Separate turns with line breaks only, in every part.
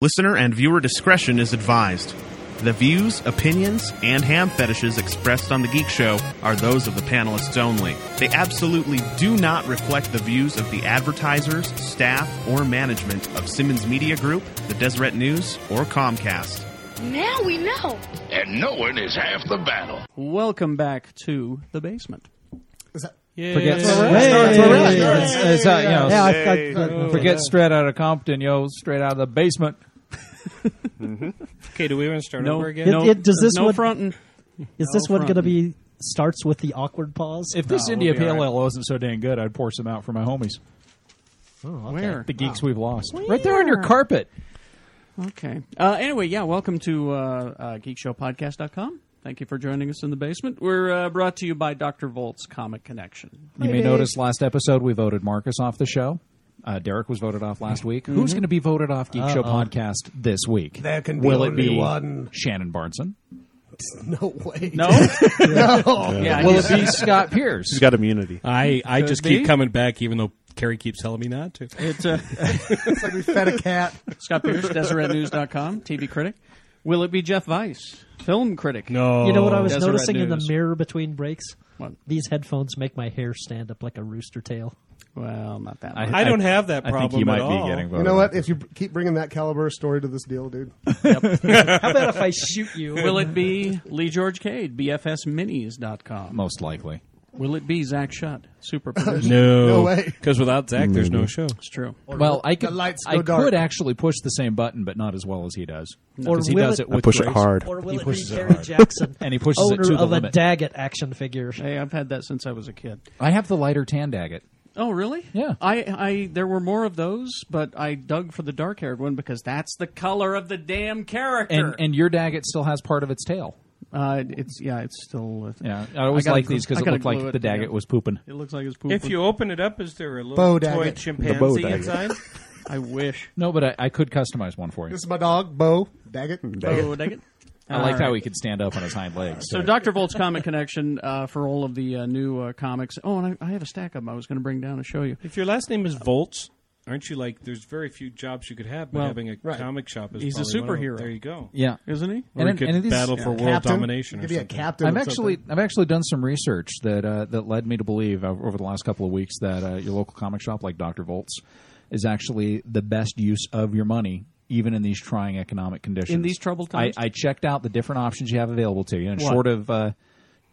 Listener and viewer discretion is advised. The views, opinions, and ham fetishes expressed on The Geek Show are those of the panelists only. They absolutely do not reflect the views of the advertisers, staff, or management of Simmons Media Group, the Deseret News, or Comcast.
Now we know.
and knowing is half the battle.
Welcome back to the basement. Is that
Forget uh,
Yeah, I- I- I-
Forget straight out of Compton, yo. Straight out of the basement.
Okay, do we want to start
no,
over again?
no,
it- does this
no
one-
frontin'.
Is this
No
one going to
front.
be starts with the awkward pause?
If this
No,
India
we'll be all
PLL wasn't so dang good, I'd pour some out for my homies,
Oh, okay.
Where?
the geeks we've lost. Right there on your carpet.
Okay. Uh, anyway, yeah, welcome to uh, uh, geekshowpodcast.com. Thank you for joining us in the basement. We're uh, brought to you by Dr. Volt's Comic Connection.
You may notice last episode we voted Marcus off the show. Uh, Derek was voted off last week. Who's going to be voted off Geek Show podcast this week?
There can
Will
be
it
only
be
one.
Shannon Barnson?
No way.
No? Yeah,
Will
he's-
it be Scott Pierce?
He's got immunity.
I, I just
be.
keep coming back, even though Carrie keeps telling me not to.
it's, uh,
It's like we fed a cat.
Scott Pierce, DeseretNews.com, TV critic. Will it be Jeff Weiss, film critic?
No,
You know what I was
Deseret
noticing in the
News.
mirror between breaks?
What?
These headphones make my hair stand up like a rooster tail.
Well, not that
I-
one.
I don't have that
I
problem
think you
at
might
all.
be getting voted.
You
Oh.
know
off.
what? If you keep bringing that caliber of story to this deal, dude,
How about if I shoot you?
Will it be Lee George Cade, BFSminis.com?
Most likely.
Will it be Zach Shutt, super producer?
No,
No way.
Because without Zach, there's no show.
It's true.
Well, I
the
could,
lights
I
go dark.
could actually push the same button, but not as well as he does.
Or
Because he
will
does
it-
it
I
with
push it
grace.
hard.
Or will
He
it be
pushes it
Terry
hard.
Jackson,
And he pushes it
owner
to the
of a
limit.
Daggett action figure?
Hey, I've had that since I was a kid.
I have the lighter tan daggett.
Oh, really?
Yeah.
I, I there were more of those, but I dug for the dark-haired one because that's the color of the damn character.
And and your daggett still has part of its tail.
uh, it's yeah, it's still
Yeah. I always
gotta
like
glue-
these because
I
it
gotta
looked like
glue it
the daggett
together.
was pooping.
It looks like it's poop.
If you open it up, is there a little
Bo
toy
Daggett.
The Bo
chimpanzee
Daggett.
inside?
I wish.
No, but I, I could customize one for you.
this is my dog, Bo Daggett.
Oh, dang it.
I liked how he could stand up on his hind legs.
So, Dr. Volt's Comic Connection uh, for all of the uh, new uh, comics. Oh, and I, I have a stack of them I was going to bring down and show you.
If your last name is Volts, aren't you like? There's very few jobs you could have, but
Well,
having a
right.
comic shop is
He's a
probably one of them.
superhero.
There you go.
yeah.
Isn't he?
Or
And
you
in-
could
and in these-
battle for world
Captain?
domination.
You
Or
could be a
something.
captain.
I've
or
actually I've actually done some research that uh, that led me to believe uh, over the last couple of weeks that uh, your local comic shop, like Doctor Volts, is actually the best use of your money, even in these trying economic conditions.
In these troubled times?
I, I checked out the different options you have available to you, and
What?
short of uh,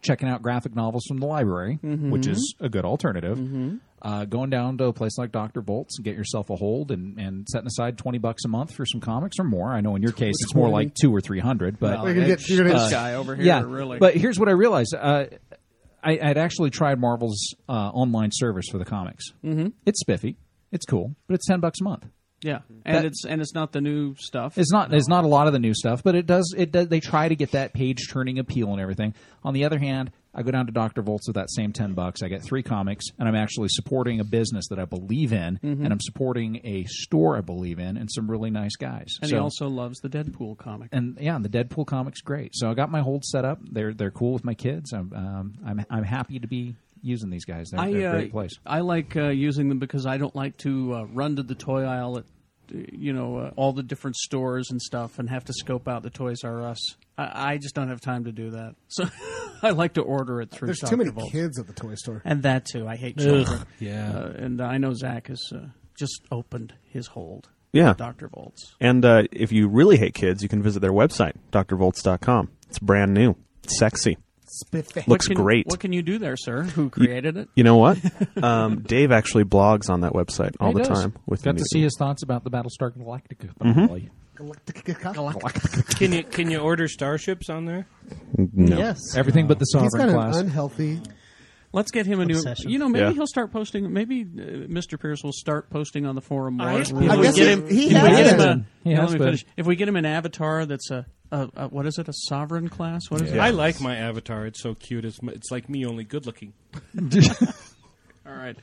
checking out graphic novels from the library,
Mm-hmm.
which is a good alternative. Uh, going down to a place like Dr. Volts and get yourself a hold and, and setting aside 20 bucks a month for some comics or more. I know in your case it's more like two or 300, but
We're gonna get- you're gonna-
Uh,
this guy over here,
yeah,
really.
But here's what I realized: uh, I, I'd actually tried Marvel's uh, online service for the comics. Mm-hmm. It's spiffy, it's cool, but it's ten bucks a month.
yeah, and it's and it's not the new stuff.
It's not it's not a lot of the new stuff, but it does it does, they try to get that page turning appeal and everything. On the other hand, I go down to Doctor Volts with that same ten bucks. I get three comics, and I'm actually supporting a business that I believe in,
Mm-hmm.
and I'm supporting a store I believe in, and some really nice guys.
and
so,
he also loves the Deadpool comic.
and yeah, and the Deadpool comics great. So I got my hold set up. They're they're cool with my kids. I'm um, I'm I'm happy to be using these guys. They're, they're
uh,
a great place.
I like uh, using them because I don't like to uh, run to the toy aisle at uh, you know uh, all the different stores and stuff and have to scope out the Toys R Us. I, I just don't have time to do that, so I like to order it through.
There's too many
Dr. Volts.
kids at the toy store.
and that too. I hate children.
yeah.
uh, and I know Zach has uh, just opened his hold.
Yeah.
Doctor Volts.
And uh, if you really hate kids, you can visit their website, drvolts.com. It's brand new. It's sexy.
Spiffy.
Looks
Can-
great.
What can you do there, sir? Who created it?
you know what? Um, Dave actually blogs on that website all
He
the
does.
time. With
got
the
to
new-
see his thoughts about the Battlestar Galactica.
Mm-hmm.
Can you can you order starships on there?
Yes.
Everything but the
He's got
Sovereign
an
class.
unhealthy.
Let's get him a new.
Obsession.
You know, maybe
Yeah.
he'll start posting. Maybe uh, Mr. Pierce will start posting on the forum more.
I-
If
I
we
I guess
get
he-
him-
he
if we
has
get him
been.
a-
He
yeah,
has
let me
been.
finish. If we get him an avatar that's a, a, a what is it? A sovereign class? What is
I like my avatar. It's so cute. It's m- it's like me, only good looking.
it? All right.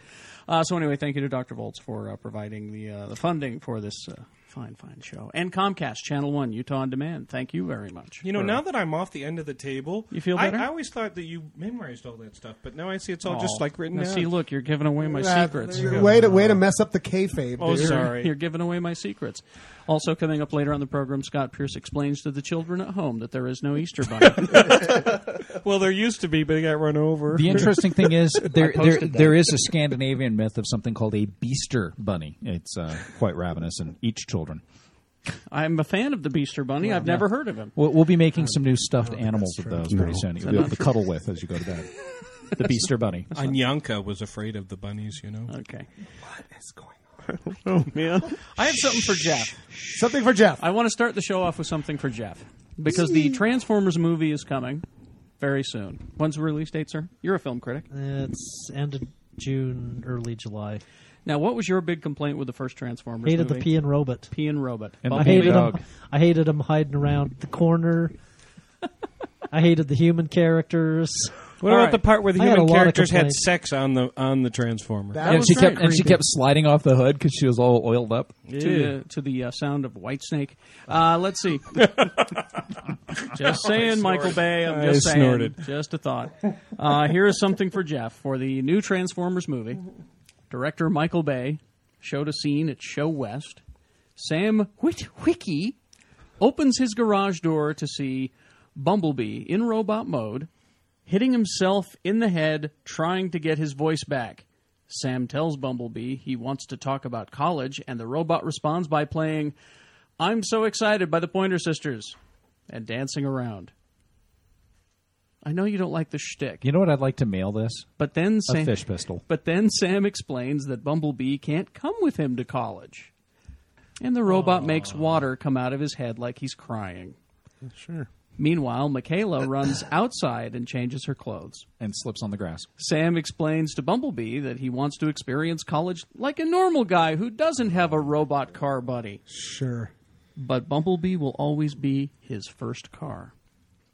Uh, so anyway, thank you to Dr. Volts for uh, providing the uh, the funding for this uh, Fine, fine show. And Comcast Channel One, Utah on Demand. Thank you very much.
You know, now that I'm off the end of the table,
You feel
I-
better?
I, always thought that you memorized all that stuff, but now I see it's all
Aw.
just like written
now,
down.
See, look, you're giving away my
Uh,
secrets.
way to way to mess up the kayfabe.
Oh,
dude.
sorry.
You're giving away my secrets. Also, coming up later on the program, Scott Pierce explains to the children at home that there is no Easter bunny.
well, there used to be, but it got run over.
The interesting thing is there there,
posted that.
there is a Scandinavian myth of something called a beaster bunny. It's uh, quite ravenous and eats children.
I'm a fan of the Beaster Bunny. I've never heard of him.
We'll, we'll be making some new
Oh,
stuffed animals of those pretty soon. that You'll be able to cuddle with as you go to bed. The beaster bunny.
Anyanka was afraid of the bunnies, you know.
Okay.
Oh man,
I have something for Jeff.
Something for Jeff.
I want to start the show off with something for Jeff because the Transformers movie is coming very soon. When's the release date, sir? You're a film critic.
It's end of June, early July.
Now, what was your big complaint with the first Transformers
Hated the
movie?
peeing robot.
P and Robot.
And
I
Holy
hated
dog.
him. I hated him hiding around the corner. I hated the human characters.
What
All
about
right.
the part where the
I had
human
a lot of
characters had
complaints.
sex on the on the transformer?
That
And
was
she
very
kept and she
creepy.
kept sliding off the hood because she was all oiled up.
to the, to the uh, sound of Whitesnake. Uh, let's see. just saying, Michael Bay. I'm
I
just saying.
snorted.
Just a thought. Uh, here is something for Jeff for the new Transformers movie. Director Michael Bay showed a scene at Show West. Sam Witwicky opens his garage door to see Bumblebee in robot mode hitting himself in the head trying to get his voice back. Sam tells Bumblebee he wants to talk about college, and the robot responds by playing, I'm so excited by the Pointer Sisters, and dancing around. I know you don't like the shtick,
You know what? I'd like to mail this
but then
a
Sam,
fish pistol.
but then Sam explains that Bumblebee can't come with him to college. And the robot makes water come out of his head like he's crying.
sure.
Meanwhile, Michaela runs outside and changes her clothes.
and slips on the grass.
Sam explains to Bumblebee that he wants to experience college like a normal guy who doesn't have a robot car buddy.
Sure.
But Bumblebee will always be his first car.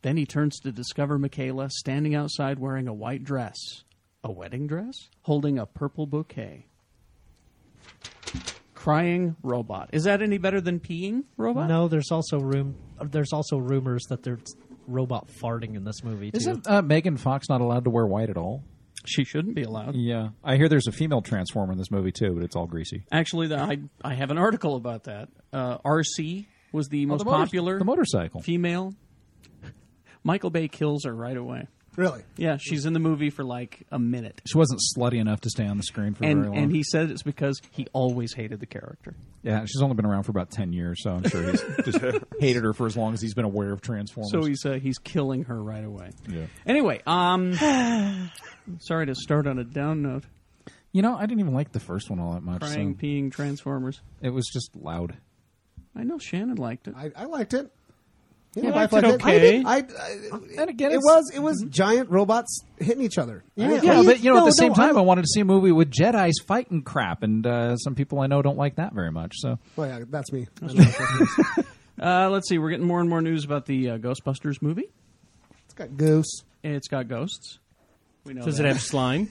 Then he turns to discover Michaela standing outside wearing a white dress, a wedding dress, holding a purple bouquet. Crying robot. Is that any better than peeing robot?
No, there's also room. There's also rumors that there's robot farting in this movie too.
Isn't uh, Megan Fox not allowed to wear white at all?
She shouldn't be allowed.
Yeah, I hear there's a female transformer in this movie too, but it's all greasy.
Actually, the, I, I have an article about that. Uh, RC was the most
Oh, the motor-
popular.
the motorcycle.
female. Michael Bay kills her right away.
Really?
Yeah, she's in the movie for like a minute.
She wasn't slutty enough to stay on the screen for
And
very long.
and he said it's because he always hated the character.
yeah, she's only been around for about ten years, so I'm sure he's just hated her for as long as he's been aware of Transformers.
So he's uh, he's killing her right away.
Yeah.
Anyway, um sorry to start on a down note.
you know, I didn't even like the first one all that much. so
Crying, peeing, Transformers.
it was just loud.
I know Shannon liked it.
I, I liked it. You know,
You
I
liked it
I
okay.
did- I, I,
Uh, And again,
it
it's- Mhm.
was it was giant robots hitting each other.
Yeah, but you know, at the same time, I wanted to see a movie with Jedi's fighting crap, and uh, some people I know don't like that very much. So
Well, yeah, that's me. I know that's me.
Uh, let's see, we're getting more and more news about the uh, Ghostbusters movie.
It's got goose.
It's got ghosts. We know
Does
that.
it have slime?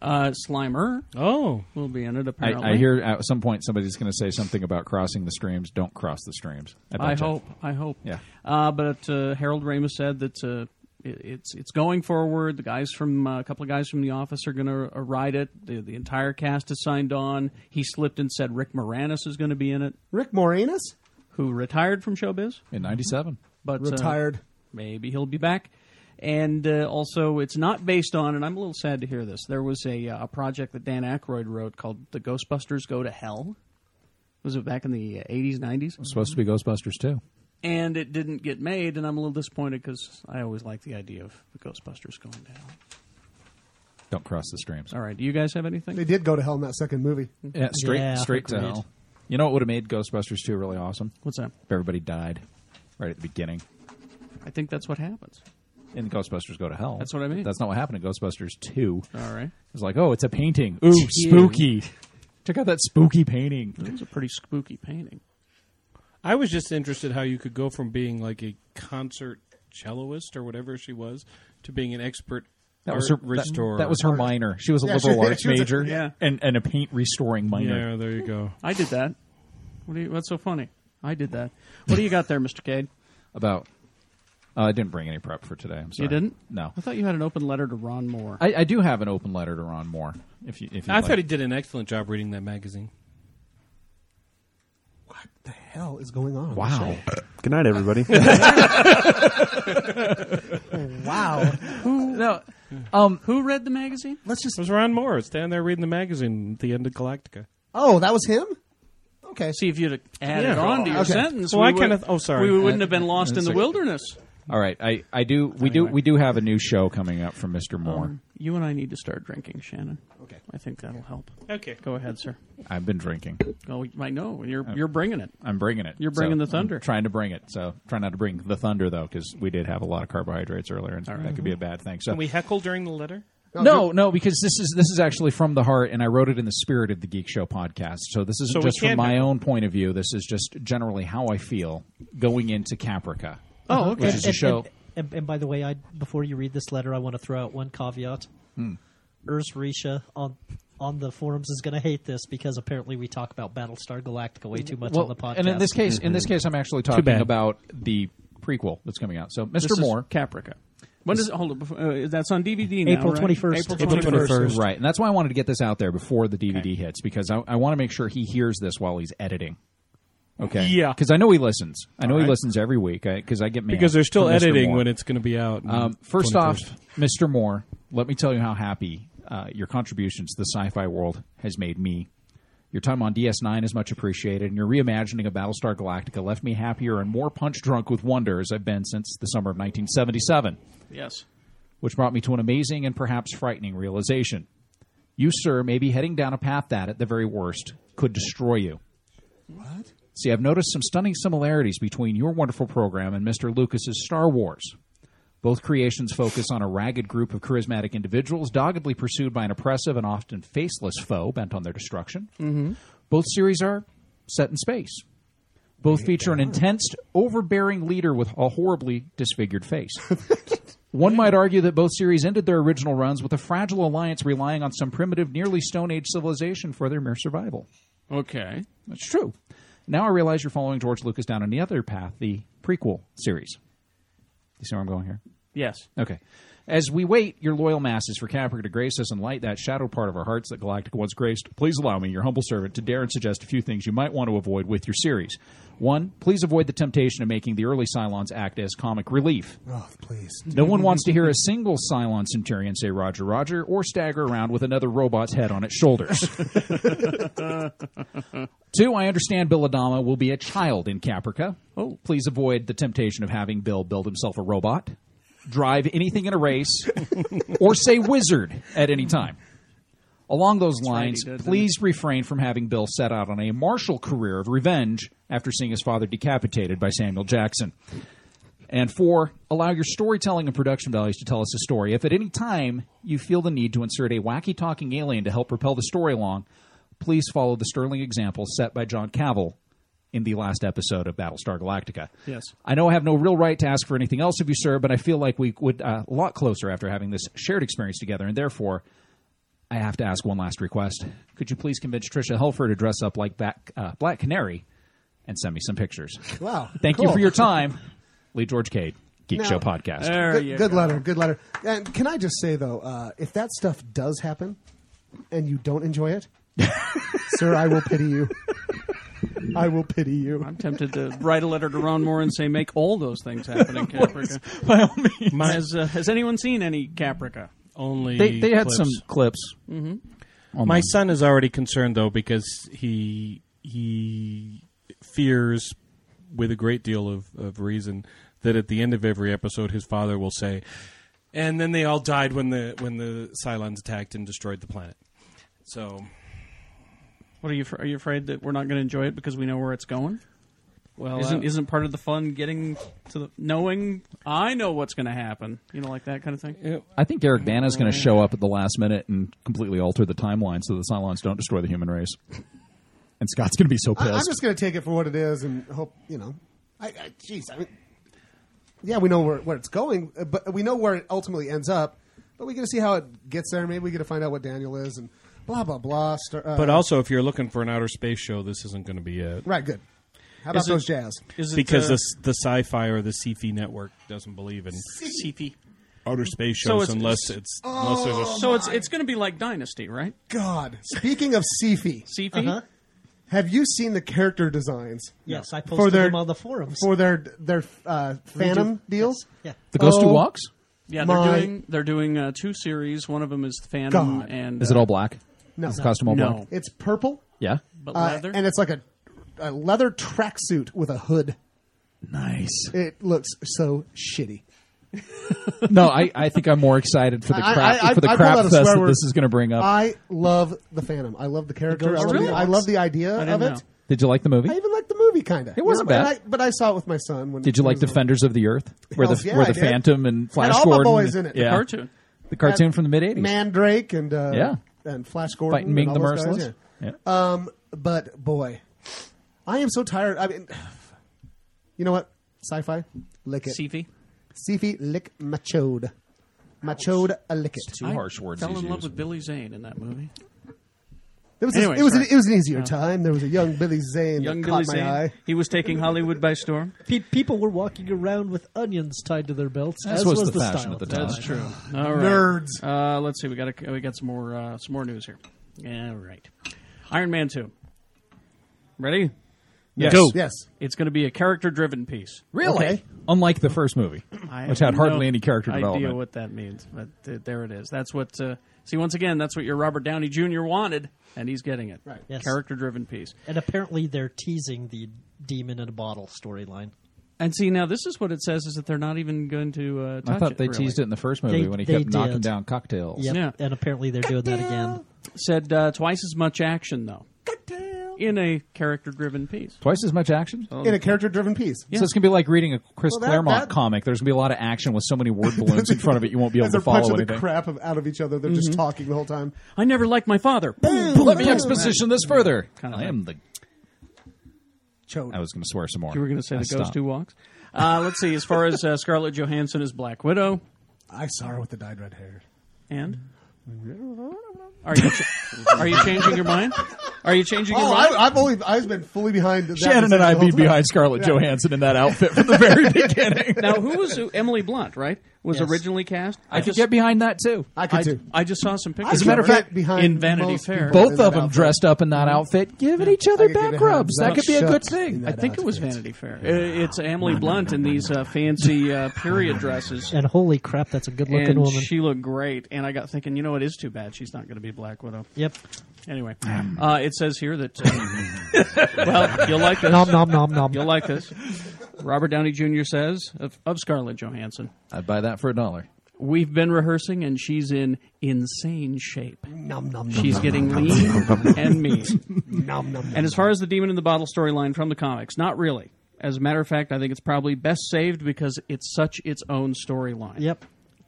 uh, Slimer
Oh,
will be in it apparently.
I, I hear at some point somebody's going to say something about crossing the streams. Don't cross the streams.
I
bet you.
hope. I hope.
Yeah.
Uh, but uh, Harold Ramis said that uh, it, it's it's going forward. The guys from uh, a couple of guys from the office are going to uh, ride it. The, the entire cast is signed on. He slipped and said Rick Moranis is going to be in it,
Rick Moranis
who retired from showbiz,
in '97.
but uh,
retired.
maybe he'll be back. And uh, also, it's not based on, and I'm a little sad to hear this. There was a, uh, a project that Dan Aykroyd wrote called "The Ghostbusters Go to Hell." Was it back in the uh, 80s, 90s?
supposed to be Ghostbusters too.
and it didn't get made, and I'm a little disappointed because I always like the idea of the Ghostbusters going down.
Don't cross the streams.
All right, do you guys have
they
anything?
did go to hell in that second movie.
Mm-hmm.
Yeah, straight
Yeah,
straight to
agreed.
hell. You know what would have made Ghostbusters two really awesome?
What's that?
If everybody died right at the beginning,
I think that's what happens.
and Ghostbusters go to hell.
That's what I mean.
That's not what happened in Ghostbusters two.
All right,
It's like, oh, it's a painting. Ooh, spooky. Check out that spooky painting.
it's a pretty spooky painting.
I was just interested how you could go from being like a concert celloist or whatever she was to being an expert
That
art
was her. That,
restorer.
that was her minor. She was a
Yeah,
liberal
she-
arts
she was a-
major,
yeah.
and and a paint restoring minor.
Yeah, there you go.
I did that. What do you, what's so funny? I did that. What do you got there, Mr. Cade?
About. Oh, I didn't bring any prep for today. I'm sorry.
You didn't?
No.
I thought you had an open letter to Ron Moore.
I, I do have an open letter to Ron Moore. If you, if you
I thought he did an excellent job reading that magazine.
the hell is going on?
Wow.
Good night, everybody.
Wow.
no. Um.
Who read the magazine?
Let's just.
It was Ron Morris down there reading the magazine at the end of Galactica.
Oh, that was him? Okay.
See if you'd have added
Yeah.
on to your
Okay.
sentence.
Well,
we
I
would-
kinda- oh, sorry.
We wouldn't have been
Uh,
lost in the
it's okay.
wilderness.
All right. I, I do. We do. We do have a new show coming up from Mr. Moore.
You and I need to start drinking, Shannon.
Okay.
I think that'll help.
Okay.
Go ahead, sir.
I've been drinking.
Oh, I know you're you're bringing it.
I'm bringing it.
You're bringing
So
the thunder.
I'm trying to bring it. So try not to bring the thunder though, because we did have a lot of carbohydrates earlier, and that could be a bad thing. So
Can we heckle during the letter?
no, no, because this is this is actually from the heart, and I wrote it in the spirit of the Geek Show podcast. So this isn't
So we
just from
can-
my own point of view. This is just generally how I feel going into Caprica.
Oh, okay.
Which is a show.
And, and, and by the way, I before you read this letter, I want to throw out one caveat.
Hmm.
Urs Risha on on the forums is going to hate this because apparently we talk about Battlestar Galactica way too much on the podcast.
and in this case, in this case, I'm actually talking
bad.
about the prequel that's coming out. So
This
Mr.
is
Moore,
Caprica. When does hold it? Before, uh, that's on DVD now.
April
right?
21st.
April
April
21st.
Right, and that's why I wanted to get this out there before the DVD hits because I, I want to make sure he hears this while he's editing. Okay.
Yeah.
Because I know he listens. I know he
right.
listens every week because I, get mad
Because they're still
from Mr.
editing
Moore.
when it's going to be out.
Um, first off, Mr. Moore, let me tell you how happy uh, your contributions to the sci-fi world has made me. Your time on DS9 is much appreciated, and your reimagining of Battlestar Galactica left me happier and more punch drunk with wonder as I've been since the summer of 1977
Yes.
which brought me to an amazing and perhaps frightening realization. You, sir, may be heading down a path that, at the very worst, could destroy you. What? See, I've noticed some stunning similarities between your wonderful program and Mr. Lucas's Star Wars. Both creations focus on a ragged group of charismatic individuals doggedly pursued by an oppressive and often faceless foe bent on their destruction. Mm-hmm. Both series are set in space. Both feature an intense, overbearing leader with a horribly disfigured face. One might argue that both series ended their original runs with a fragile alliance relying on some primitive, nearly Stone Age civilization for their mere survival.
Okay.
That's true. Now I realize you're following George Lucas down any other path, the prequel series. You see where I'm going here?
Yes.
Okay. As we wait, your loyal masses for Caprica to grace us and light that shadow part of our hearts that Galactica once graced, please allow me, your humble servant, to dare and suggest a few things you might want to avoid with your series. One, please avoid the temptation of making the early Cylons act as comic relief.
Oh, please.
No one wants to hear a single Cylon Centurion say Roger Roger or stagger around with another robot's head on its shoulders. Two, I understand Bill Adama will be a child in Caprica. Oh. Please avoid the temptation of having Bill build himself a robot, drive anything in a race, or say wizard at any time. Along those
right, he
lines,
did, didn't
please refrain from having Bill set out on a martial career of revenge after seeing his father decapitated by Samuel Jackson. And four, allow your storytelling and production values to tell us a story. If at any time you feel the need to insert a wacky talking alien to help propel the story along, please follow the sterling example set by John Cavill in the last episode of Battlestar Galactica.
Yes.
I know I have no real right to ask for anything else of you, sir, but I feel like we would uh, a lot closer after having this shared experience together, and therefore. I have to ask one last request. Could you please convince Trisha Helfer to dress up like that uh, Black Canary and send me some pictures?
Wow.
Thank you
Cool.
for your time. Uh, Lee George Cade, Geek
Now-
Show Podcast.
There
Good,
you
good
go.
letter. Good letter. And can I just say though, uh, if that stuff does happen, and you don't enjoy it, sir, I will pity you. I will pity you.
I'm tempted to write a letter to Ron Moore and say, make all those things happen in Caprica.
By all means.
has, uh, has anyone seen any Caprica?
only
They, they had
clips.
some clips.
My son is already concerned though because he he fears with a great deal of, of reason that at the end of every episode his father will say and then they all died when the when the Cylons attacked and destroyed the planet. So
What are you? Are you afraid that we're not going to enjoy it because we know where it's going?
well
Isn't
uh,
isn't part of the fun getting to the knowing? I know what's going to happen. You know, like that kind of thing.
I think Eric Bana is going to show up at the last minute and completely alter the timeline so the Cylons don't destroy the human race. And Scott's going to be so
I,
pissed.
I'm just going to take it for what it is and hope you know. I, I jeez, I mean, yeah, we know where where it's going, uh, but we know where it ultimately ends up. But we get to see how it gets there. Maybe we get to find out what Daniel is and blah blah blah. Star, uh,
But also, if you're looking for an outer space show, this isn't going to be it.
right, good. How about
Is it-
those jazz?
Is it,
Because
uh,
the the sci-fi or the sci-fi network doesn't believe in
CP?
outer space
E So
shows
it's-
unless it's unless there's a
So it's it's going to be like Dynasty, right?
God, speaking of Sifi,
CP.
Uh-huh.
have you seen the character designs?
Yes, I posted
For their-
them on the forums.
for their their uh, Phantom deals?
yeah.
The Ghost Who
Oh.
Walks?
Yeah, they're
My-
doing they're doing uh, two series. One of them is Phantom,
God.
and uh,
Is it all black?
No.
Is the costume all
No.
black?
It's purple,
Yeah.
but
uh,
leather?
and it's like a, a leather tracksuit with a hood.
Nice.
It looks so shitty.
no, I, I think I'm more excited for the
I-
crap
I- I-
for the
I
crap
pulled out a
fest
swear
that
word.
this is going to bring up.
I love the Phantom. I love the character.
Ghost
I love,
Really?
the, I love the idea
I
of
didn't
it.
know.
Did you like the movie?
I even liked the movie, kind of.
It wasn't bad.
but I saw it with my son. When
Did you
he
like
was little.
Defenders of the Earth, where the
Hells yeah,
where
I
the
did.
Phantom and Flash
Had all my
Gordon,
boys in it. The
Yeah.
cartoon.
the cartoon from the mid '80s,
Mandrake and uh,
Yeah.
and Flash Gordon
fighting Ming
and
the
all those guys,
Merciless.
yeah.
Yeah.
Um, but boy, I am so tired. I mean, you know what? Sci-fi, lick it.
CP.
Sifi lick machode, machode a lick it.
Two harsh words.
Fell
he's
in love
used.
with Billy Zane in that movie.
It was
Anyway,
a, it was an,
sorry. Uh-huh.
it was an easier time. There was a young Billy Zane
Young
that
Billy
caught my
Zane.
eye.
He was taking Hollywood by storm.
Pe- people were walking around with onions tied to their belts.
This
as
was
was,
the fashion
style
at the time.
That's true. All right.
Nerds.
Uh, let's see. We got a, we got some more uh, some more news here. All right. Iron Man two. Ready?
Yes.
Go. Yes.
It's going to be a character driven piece.
Really?
Okay.
Unlike the first movie,
I
which
have
had hardly
no
any character
idea
development.
what that means, but th- there it is. That's what. Uh, see, once again, that's what your Robert Downey Jr. wanted, and he's getting it. Right.
Yes.
Character-driven piece.
And apparently they're teasing the demon in a bottle storyline.
And see, now this is what it says: is that they're not even going to uh, touch
I thought they
really.
teased it in the first movie
They-
when he
they
kept knocking
did.
down cocktails.
Yep.
Yeah.
And apparently they're doing that again.
Said uh, twice as much action though, in a character-driven piece.
Twice as much action.
Oh.
In a character-driven piece.
So it's gonna be like reading a Chris
Well, that-
Claremont
that-
comic. There's gonna be a lot of action with so many word balloons in front of it, you won't be able
As
to
they're
follow
punching
anything.
the crap of, out of each other, they're
Mm-hmm.
just talking the whole time.
I never liked my father. Boom.
Let me exposition this further.
Kinda
I am the.
Chode.
I was gonna swear some more.
You were going to say
I
the ghost
stopped.
who walks. Uh, let's see. As far as uh, Scarlett Johansson as Black Widow,
I saw her with the dyed red hair.
and are you are you changing your mind? Are you changing your
Oh,
mind?
I, I've only I've been fully behind. that
Shannon and
decision
I
the whole
beat
time.
behind Scarlett Johansson in that outfit from the very beginning.
now, who was who, Emily Blunt? Right, was
Yes.
originally cast.
I could
just,
get behind that too.
I could
I,
too.
I just saw some pictures.
As
a matter of
her
fact,
behind
in Vanity
most
Fair,
people.
Both of them
outfit. Mm-hmm.
dressed up in that outfit, giving each other
I could get
back
behind
rubs. That
that.
could be a
Shut
good thing.
in
I
that
think it was
outfit.
Vanity Fair. Uh, It's Emily Blunt in these uh, fancy uh, period dresses.
And holy crap, that's a good looking
And
woman.
she looked great, and I got thinking, you know, it is too bad she's not going to be Black Widow.
yep.
Anyway, uh, it says here that uh, well, you'll like this.
Nom nom nom nom.
You'll like this. Robert Downey Jr. says of, of Scarlett Johansson,
I'd buy that for a dollar.
"We've been rehearsing, and she's in insane shape.
Nom nom nom.
She's
nom,
getting
nom,
lean and mean."
nom, nom,
And as far as the demon in the bottle storyline from the comics, not really. As a matter of fact, I think it's probably best saved because it's such its own storyline.
Yep.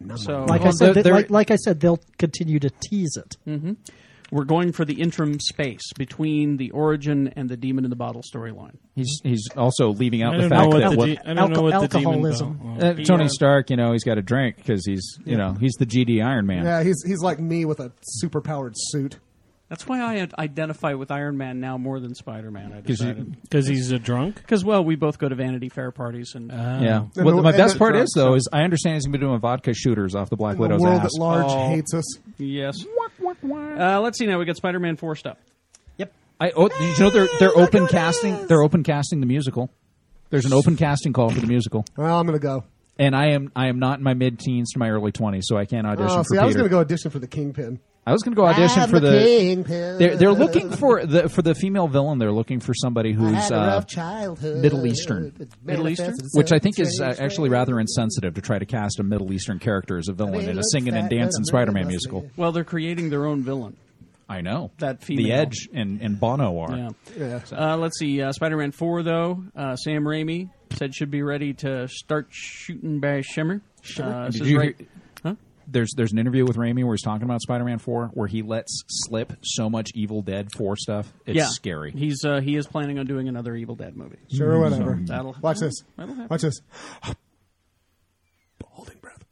Oh.
So
Like I
Well,
said,
they're-
they-
they're-
like, like I said, they'll continue to tease it.
Mm-hmm. we're going for the interim space between the origin and the demon in the bottle storyline.
He's he's also leaving out
I
the
don't know
fact
what
that
the
what,
de- I don't know what the demon
alcoholism.
bell-
uh, Tony
Yeah.
Stark, you know, he's got a drink because he's you know he's the GD Iron Man.
Yeah, he's he's like me with a super powered suit.
That's why I identify with Iron Man now more than Spider Man. I
you-
decided
because he's a drunk.
because well, we both go to Vanity Fair parties and.
Yeah.
And
Well,
the-
my
and
best
the
part
drug
is though is I understand he's been doing vodka shooters off the Black
The
Widow's
world
ass.
at large
Oh.
hates us.
Yes. Uh, let's see now. We got Spider-Man four stuff.
Yep.
I oh, did you know they're they're open casting they're open casting the musical. There's an open casting call for the musical,
Well, I'm gonna go.
and I am I am not in my mid teens to my early twenties, so I can't audition
Oh,
for
see,
Peter.
I was gonna go audition for the Kingpin.
I was gonna go audition
I'm
for
the kingpin.
They're, they're looking for the for the female villain. They're looking for somebody
Uh, I
who's
had a
uh,
rough childhood.
Middle Eastern.
It
Middle Eastern?
manifested
which I think
itself
is
in
uh,
strange
actually
ways.
rather insensitive to try to cast a Middle Eastern character as a
I
villain
mean,
in a
look
singing and
fat, but
dancing
I'm
Spider-Man
really
musical.
Well, they're creating their own villain.
I know
That
the
female.
Edge and and Bono are.
Yeah.
Yeah.
Uh, let's see. Uh, Spider-Man four though. Uh, Sam Raimi said should be ready to start shooting by Shimmer. Uh, this
Did
is
you
right.
hear-
Huh?
There's there's an interview with Raimi where he's talking about Spider-Man 4 where he lets slip so much Evil Dead 4 stuff. It's
yeah.
scary.
He's uh, he is planning on doing another Evil Dead movie.
Mm,
Sure, whatever.
That'll
Watch this.
That'll happen.
Watch this. Holding breath.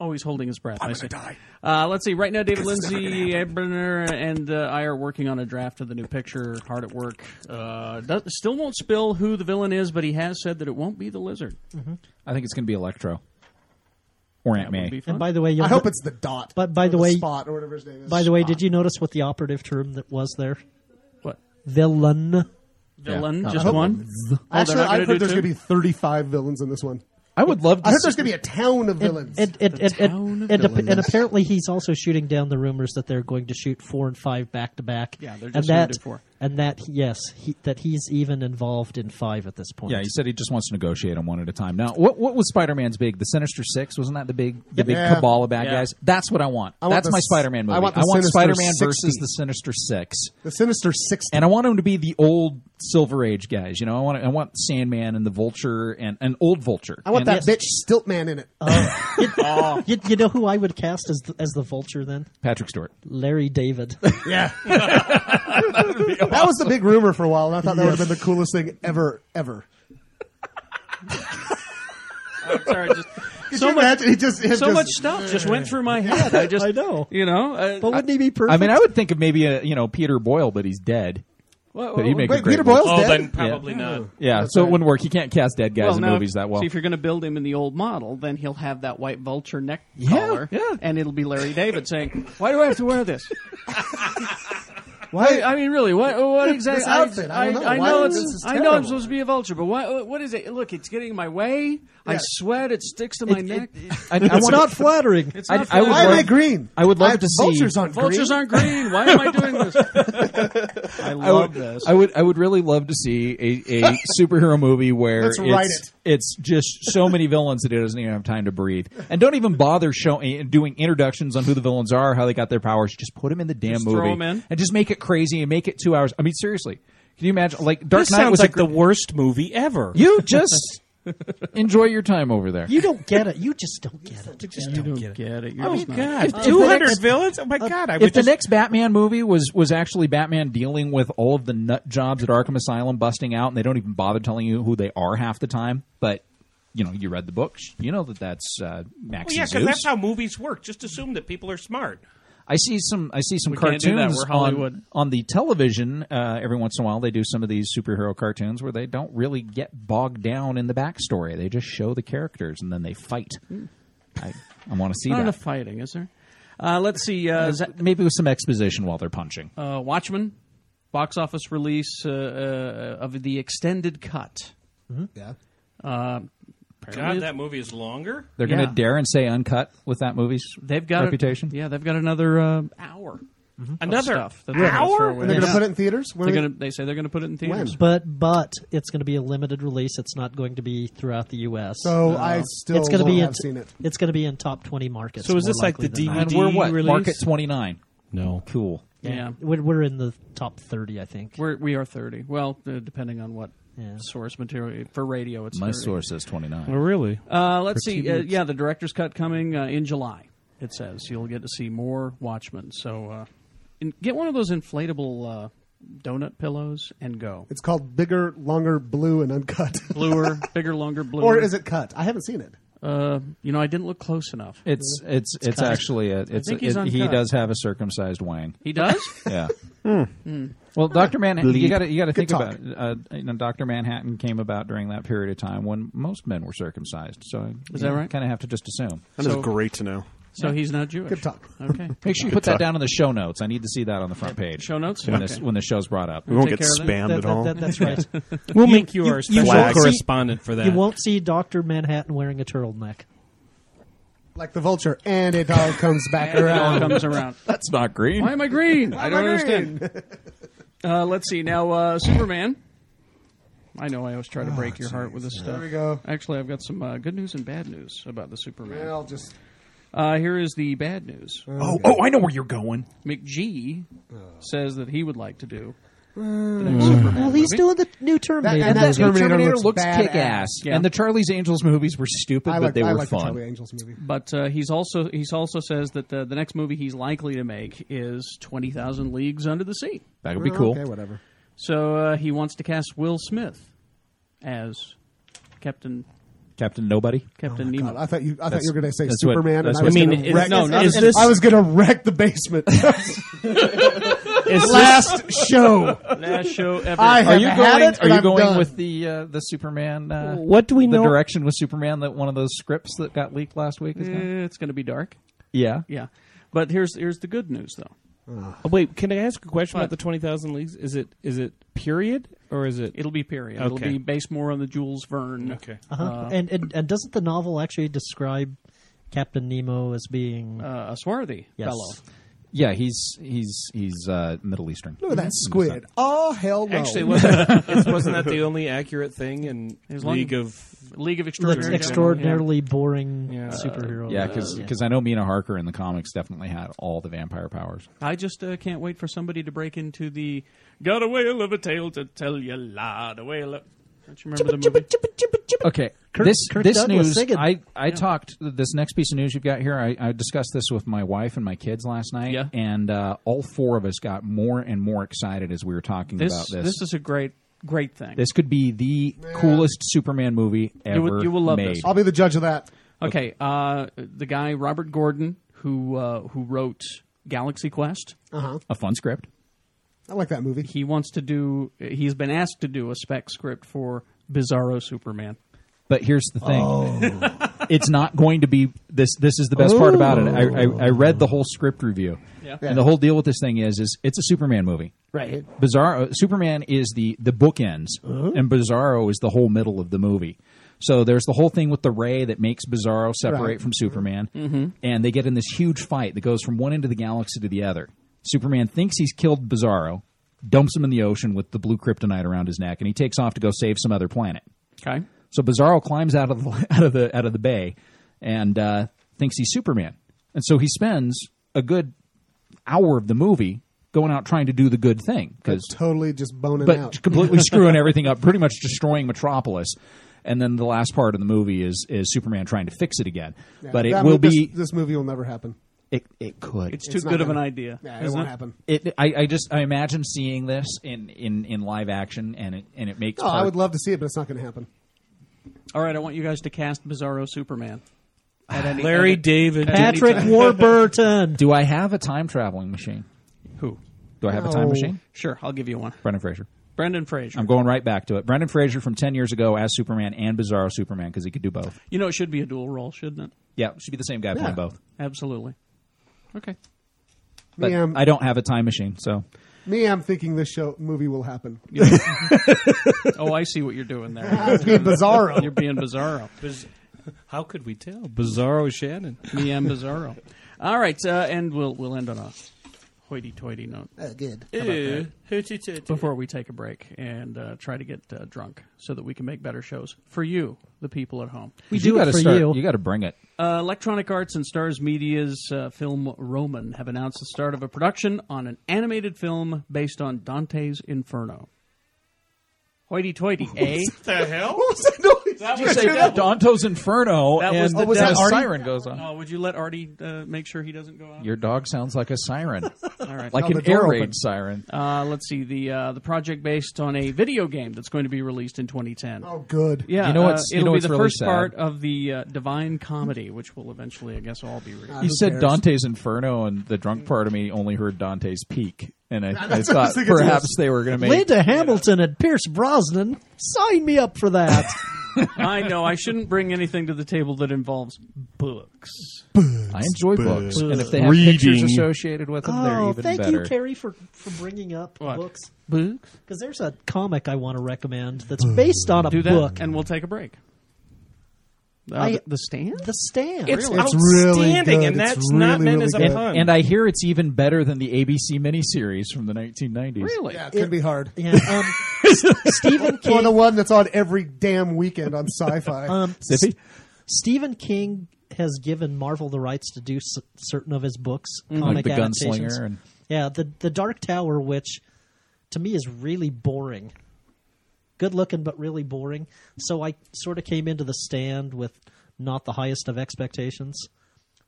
always holding his breath. I'm going to die. Uh, let's see. Right now, David Lindsay, Ebner, and uh, I are working on a draft of the new picture. Hard at work. Uh, does, still won't spill who the villain is, but he has said that it won't be the lizard.
I think it's going to be Electro or Aunt May.
Would be fun.
And by the way, you'll
I hope it's the dot.
But by
or
the way-
spot or whatever his name is.
By the way, did you notice what the operative term that was there?
What?
Villain.
villain,
Yeah.
just
Oh.
one. Oh, they're
actually,
not gonna
I've heard
do
there's
two?
going to be 35 villains in this one.
I would love to
I heard
see-
there's going to be a town of villains.
And, and, and,
town
and,
of
and, ap-
villains.
and apparently he's also shooting down the rumors that they're going to shoot four and five back to back.
Yeah, they're
And
just gonna
that,
do four.
And that yes, he, that he's even involved in five at this point.
Yeah, he said he just wants to negotiate them one at a time. Now, what what was Spider Man's big? The Sinister Six wasn't that the big the big
Yeah.
cabal of bad
Yeah.
guys? That's what I want.
want
That's
the
my
s-
Spider Man
I
movie.
want the Sinister
Spider Man
60.
versus the Sinister Six,
the Sinister 60.
and I want him to be the old Silver Age guys. You know, I want I want Sandman and the Vulture and an old Vulture.
I want
And-
that bitch Stiltman in it.
you,
Oh.
you, you know who I would cast as the, as the vulture then?
Patrick Stewart.
Larry David.
That was the big rumor for a while, and I thought that would have been the coolest thing ever, ever.
I'm sorry, just-
Could
So
you
much-
imagine? He just, he
so
just-
much stuff just went through my head. I just,
I know.
you know. Uh,
But wouldn't he be perfect?
I mean, I would think of maybe a you know Peter Boyle, but he's dead.
well,
But he'd make a
Wait,
great
Peter Boyle's
Oh,
dead?
then probably not.
Yeah, so it wouldn't work. You can't cast dead guys
well,
in
now,
movies that well.
See, if you're going to build him in the old model, then he'll have that white vulture neck
Yeah,
collar,
yeah.
and it'll be Larry David saying, "Why do I have to wear this?
Why?
I mean, really, what, what exactly?
This outfit, I don't know.
I
Why-
know,
this
it's,
is
I know I'm
terrible.
supposed to be a vulture, but why, what is it? Look, it's getting in my way. I
Yeah.
sweat. It sticks to my neck.
I, I
it's
want-
not flattering.
it's
I-
not
I would
Why
fair.
am
love-
I green?
I would love
I'm-
to see-
vultures aren't
vultures
green.
aren't green. Why am I doing this? I love
I would,
this.
I would I would really love to see a, a superhero movie where
Let's
it's
write it.
it's just so many villains that it doesn't even have time to breathe. And don't even bother showing doing introductions on who the villains are, how they got their powers. Just put them in the damn
Just
movie
throw 'em in.
and just make it crazy and make it 2 hours. I mean seriously. Can you imagine like Dark
This
Knight
sounds
was a
like
gr-
the worst movie ever.
You just enjoy your time over there.
You don't get it. You just don't get it.
you don't get it. You're
oh
just not-
God,
if
two
the next-
hundred villains! Oh my God, I
if
would
the
just
next Batman movie was was actually Batman dealing with all of the nut jobs at Arkham Asylum busting out, and they don't even bother telling you who they are half the time, but you know you read the books, you know that that's uh, Max
Well, yeah, because
and Zeus.
that's how movies work. Just assume that people are smart.
I see some I see some
We can't
cartoons
do that. We're Hollywood.
on on the television uh, every once in a while. They do some of these superhero cartoons where they don't really get bogged down in the backstory. They just show the characters and then they fight.
Hmm.
I, I want to see
not
that.
enough fighting, is there? Uh, let's see. Uh,
Is that- Maybe with some exposition while they're punching.
uh, Watchmen box office release uh, uh, of the extended cut.
Yeah.
God, that movie is longer.
They're
Yeah.
going to dare and say uncut with that movie's
They've got
reputation.
yeah, they've got another uh, hour.
Another
stuff that they're gonna throw
hour.
away.
Mm-hmm. And they're going
Yeah.
to put it in theaters? When
They're
are they-
gonna. They say they're gonna put it in theaters.
But but it's going to be a limited release. It's not going to be throughout the U.S.
So I still
it's going to be
won't
in
have seen it.
It's going to be in top twenty markets.
So is
more
this like
likely than
the
not.
And we're what?
release?
Market 29.
no.
Cool.
Yeah,
Yeah.
We're, we're in the top thirty, I think.
We're, we are thirty. Well, uh, depending on what
Yeah.
source material for radio, it's
My
30.
source says 29.
really?
Uh, let's see. Uh, yeah, the director's cut coming uh, in July. It says you'll get to see more Watchmen. So uh, in, get one of those inflatable uh, donut pillows and go.
It's called Bigger, Longer, Blue, and Uncut.
Bluer, bigger, longer, bluer.
or is it cut? I haven't seen it.
Uh, you know, I didn't look close enough.
It's it's it's, actually a, it's
think he's
it- he
uncut.
does have a circumcised wang.
He does.
Yeah.
Hmm.
Well, Doctor Manhattan, you got to you got to think about
talk.
it. uh, you know, Doctor Manhattan came about during that period of time when most men were circumcised. So
Is that right?
Kind of have to just assume.
That is great to know.
So he's not Jewish.
Good talk.
Okay.
Make sure you put that down in the show notes. I need to see that on the front page.
Show notes?
when
Okay.
this when the show's brought up.
We won't
take
get
care of that.
spammed
That-
at
that-
all.
that- that's right.
We'll make you, our
you
special
won't see-
correspondent for that.
you won't see Doctor Manhattan wearing a turtleneck.
Like the vulture, and it all comes back around.
comes around.
That's not green.
Why am I green? I
am
don't
I
understand. Uh, let's see. Now, uh, Superman. I know I always try to break your heart with this stuff.
There we go.
Actually, I've got some uh, good news and bad news about the Superman.
Well, just
Uh, here is the bad news.
Oh, oh, I know where you're going.
McGee says that he would like to do the next Superman.
Well, he's
movie.
doing the new Terminator.
and
that
that
Terminator,
Terminator
looks,
looks badass.
kick ass.
Yeah.
And the Charlie's Angels movies were stupid,
I
but
like,
they
I
were
like the Charlie
fun.
Angels movie.
But uh, he's also he's also says that the, the next movie he's likely to make is Twenty Thousand Leagues Under the Sea.
That would be cool.
Okay, whatever.
So uh, he wants to cast Will Smith as Captain
Captain Nobody.
Captain
Oh God,
Nemo.
I thought you. I thought you were going to say
that's what-
Superman,
that's
and I
what-
was
I mean,
going to
is-
wreck.
no, not- is
I
this-
was going to wreck the basement.
Is this-
Last show.
last show ever.
I have
Are you
had
going?
it.
Are
and
you
I'm
going
done.
with the uh, the Superman? Uh,
What do we
the
know?
direction with Superman that one of those scripts that got leaked last week is going?
Eh, it's going to be dark.
Yeah.
Yeah, but here's here's the good news though.
Oh, wait, can I ask a question
What?
about the twenty thousand leagues? Is it is it period or is it?
It'll be period. It'll
Okay.
be based more on the Jules Verne.
okay.
Uh-huh. and, and and doesn't the novel actually describe Captain Nemo as being?
Uh, a swarthy
Yes.
fellow.
Yeah, he's he's he's uh, Middle Eastern.
Look at that squid. Oh hell no!
Actually, wasn't, that, wasn't that the only accurate thing in
There's one-
League of?
League of
that's
Extraordinary Gentlemen,
extraordinarily boring
Yeah.
superhero. Uh,
Yeah, because I know Mina Harker in the comics definitely had all the vampire powers.
yeah. I just uh, can't wait for somebody to break into the "Got a whale of a tale to tell you la the whale." Of... Don't you remember the movie?
Okay,
Kirk-
this
Kirk
this
Douglas
news
singing.
I I talked this next piece of news you've got here. I, I discussed this with my wife and my kids last night,
Yeah.
and uh, all four of us got more and more excited as we were talking
This
about this.
this is a great great thing.
This could be the coolest Superman movie ever.
You would- you will love
made.
this.
I'll be the judge of that.
Okay, uh, the guy Robert Gordon who uh, who wrote Galaxy Quest.
A fun script.
I like that movie.
He wants to do. He's been asked to do a spec script for Bizarro Superman.
But here's the thing. it's not going to be this this is the best part about it. I, I, I read the whole script review.
Yeah.
And the whole deal with this thing is is it's a Superman movie.
right.
Bizarro Superman is the the bookends and Bizarro is the whole middle of the movie. So there's the whole thing with the ray that makes Bizarro separate
Right.
from Superman and they get in this huge fight that goes from one end of the galaxy to the other. Superman thinks he's killed Bizarro, dumps him in the ocean with the blue kryptonite around his neck and he takes off to go save some other planet.
Okay,
So Bizarro climbs out of the out of the out of the bay and uh, thinks he's Superman, and so he spends a good hour of the movie going out trying to do the good thing because
Totally just boning
but
out.
completely screwing everything up, pretty much destroying Metropolis. And then the last part of the movie is is Superman trying to fix it again, but it
That
will
mo- this-
be
This, movie will never happen.
it, it could
it's too
It's not
good of an
gonna-
idea.
Yeah, it
isn't
won't happen.
it I, I just I imagine seeing this in in in live action and it and it makes
No, Oh, I
part-
would love to see it, but it's not going to happen.
All right, I want you guys to cast Bizarro Superman. At any-
Larry
at-
David.
at any
Patrick
time.
Warburton.
do I have a time traveling machine?
Who?
Do I have a time
No.
machine?
Sure, I'll give you one.
Brendan Fraser.
Brendan Fraser.
I'm going right back to it. Brendan Fraser from 10 years ago as Superman and Bizarro Superman because he could do both.
you know it should be a dual role, shouldn't it?
Yeah, should be the same guy playing
Yeah.
both.
Absolutely. Okay.
But
Me, I'm,
I don't have a time machine, so
me, I'm thinking this show movie will happen.
Oh, I see what you're doing there.
It's being bizarro.
You're being Bizarro.
Biz- How could we tell? Bizarro Shannon.
Me and Bizarro. All right, uh, and we'll we'll end on a hoity-toity note
good.
before we take a break and uh, try to get uh, drunk so that we can make better shows for you, the people at home.
We do
gotta
it for
start-
you.
got to bring it.
Uh, Electronic Arts and Stars Media's uh, film Roman have announced the start of a production on an animated film based on Dante's Inferno. Hoity-toity, eh?
the hell?
What was that noise?
You say that Dante's Inferno,
That was
and
the
was
devil.
that
Artie?
siren goes on.
Oh, would you let Artie uh, make sure he doesn't go out?
Your dog sounds like a siren,
All right.
like
Oh, the
an air
door
raid
opened.
siren.
Uh, let's see the uh, the project based on a video game that's going to be released in 2010.
Oh, good.
Yeah,
You know
uh,
what's- you
it'll
know
be
what's
the
really
first
sad?
part of the uh, Divine Comedy, which will eventually, I guess, all be reading.
Uh,
you
who
said
cares?
Dante's Inferno, and the drunk part of me only heard Dante's Peak, and I, I
what I was
thought
thinking,
perhaps
yes.
they were going to make.
Linda Hamilton and Pierce Brosnan. Sign me up for that.
I know I shouldn't bring anything to the table that involves books.
I enjoy books, and if they have pictures associated with them, they're
oh,
even
thank
better.
you, Carrie, for, for bringing up
What?
books.
Books.
Because there's a comic I want to recommend that's based on a
Do that,
book.
and we'll take a break. Uh,
I-
the, the stand.
The Stand.
It's
It's really
outstanding,
good.
and
It's
that's not
really,
meant
really
as a
good.
pun.
And I hear it's even better than the ABC miniseries from the 1990s.
really?
Yeah, it's going to be hard.
Yeah, um, S- Stephen
Or the
King.
one that's on every damn weekend on sci-fi.
Um,
Sippy?
S- Stephen King has given Marvel the rights to do s- certain of his books,
Mm-hmm. Like
comic
the
adaptations.
Gunslinger and
Yeah, the the Dark Tower, which to me is really boring. Good looking, but really boring. So I sort of came into the stand with not the highest of expectations.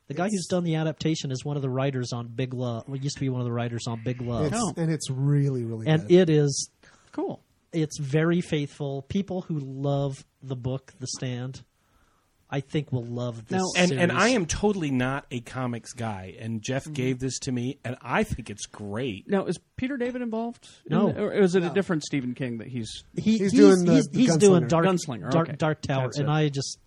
The guy who's done the adaptation is one of the writers on Big Love. Well, used to be one of the writers on Big Love,
It's- And it's really, really
and
good.
it is
Cool.
it's very faithful. People who love the book, The Stand, I think will love this.
Now-
and and
series.
I am totally not a comics guy, and Jeff gave this to me, and I think it's great.
Now, is Peter David involved? in
No.
the- or is it a different Stephen King that he's?
He-
He's
he's
doing the-
he's,
the
he's doing
Gunslinger.
dark
Gunslinger,
dark,
okay.
dark tower,
That's
and
it.
I just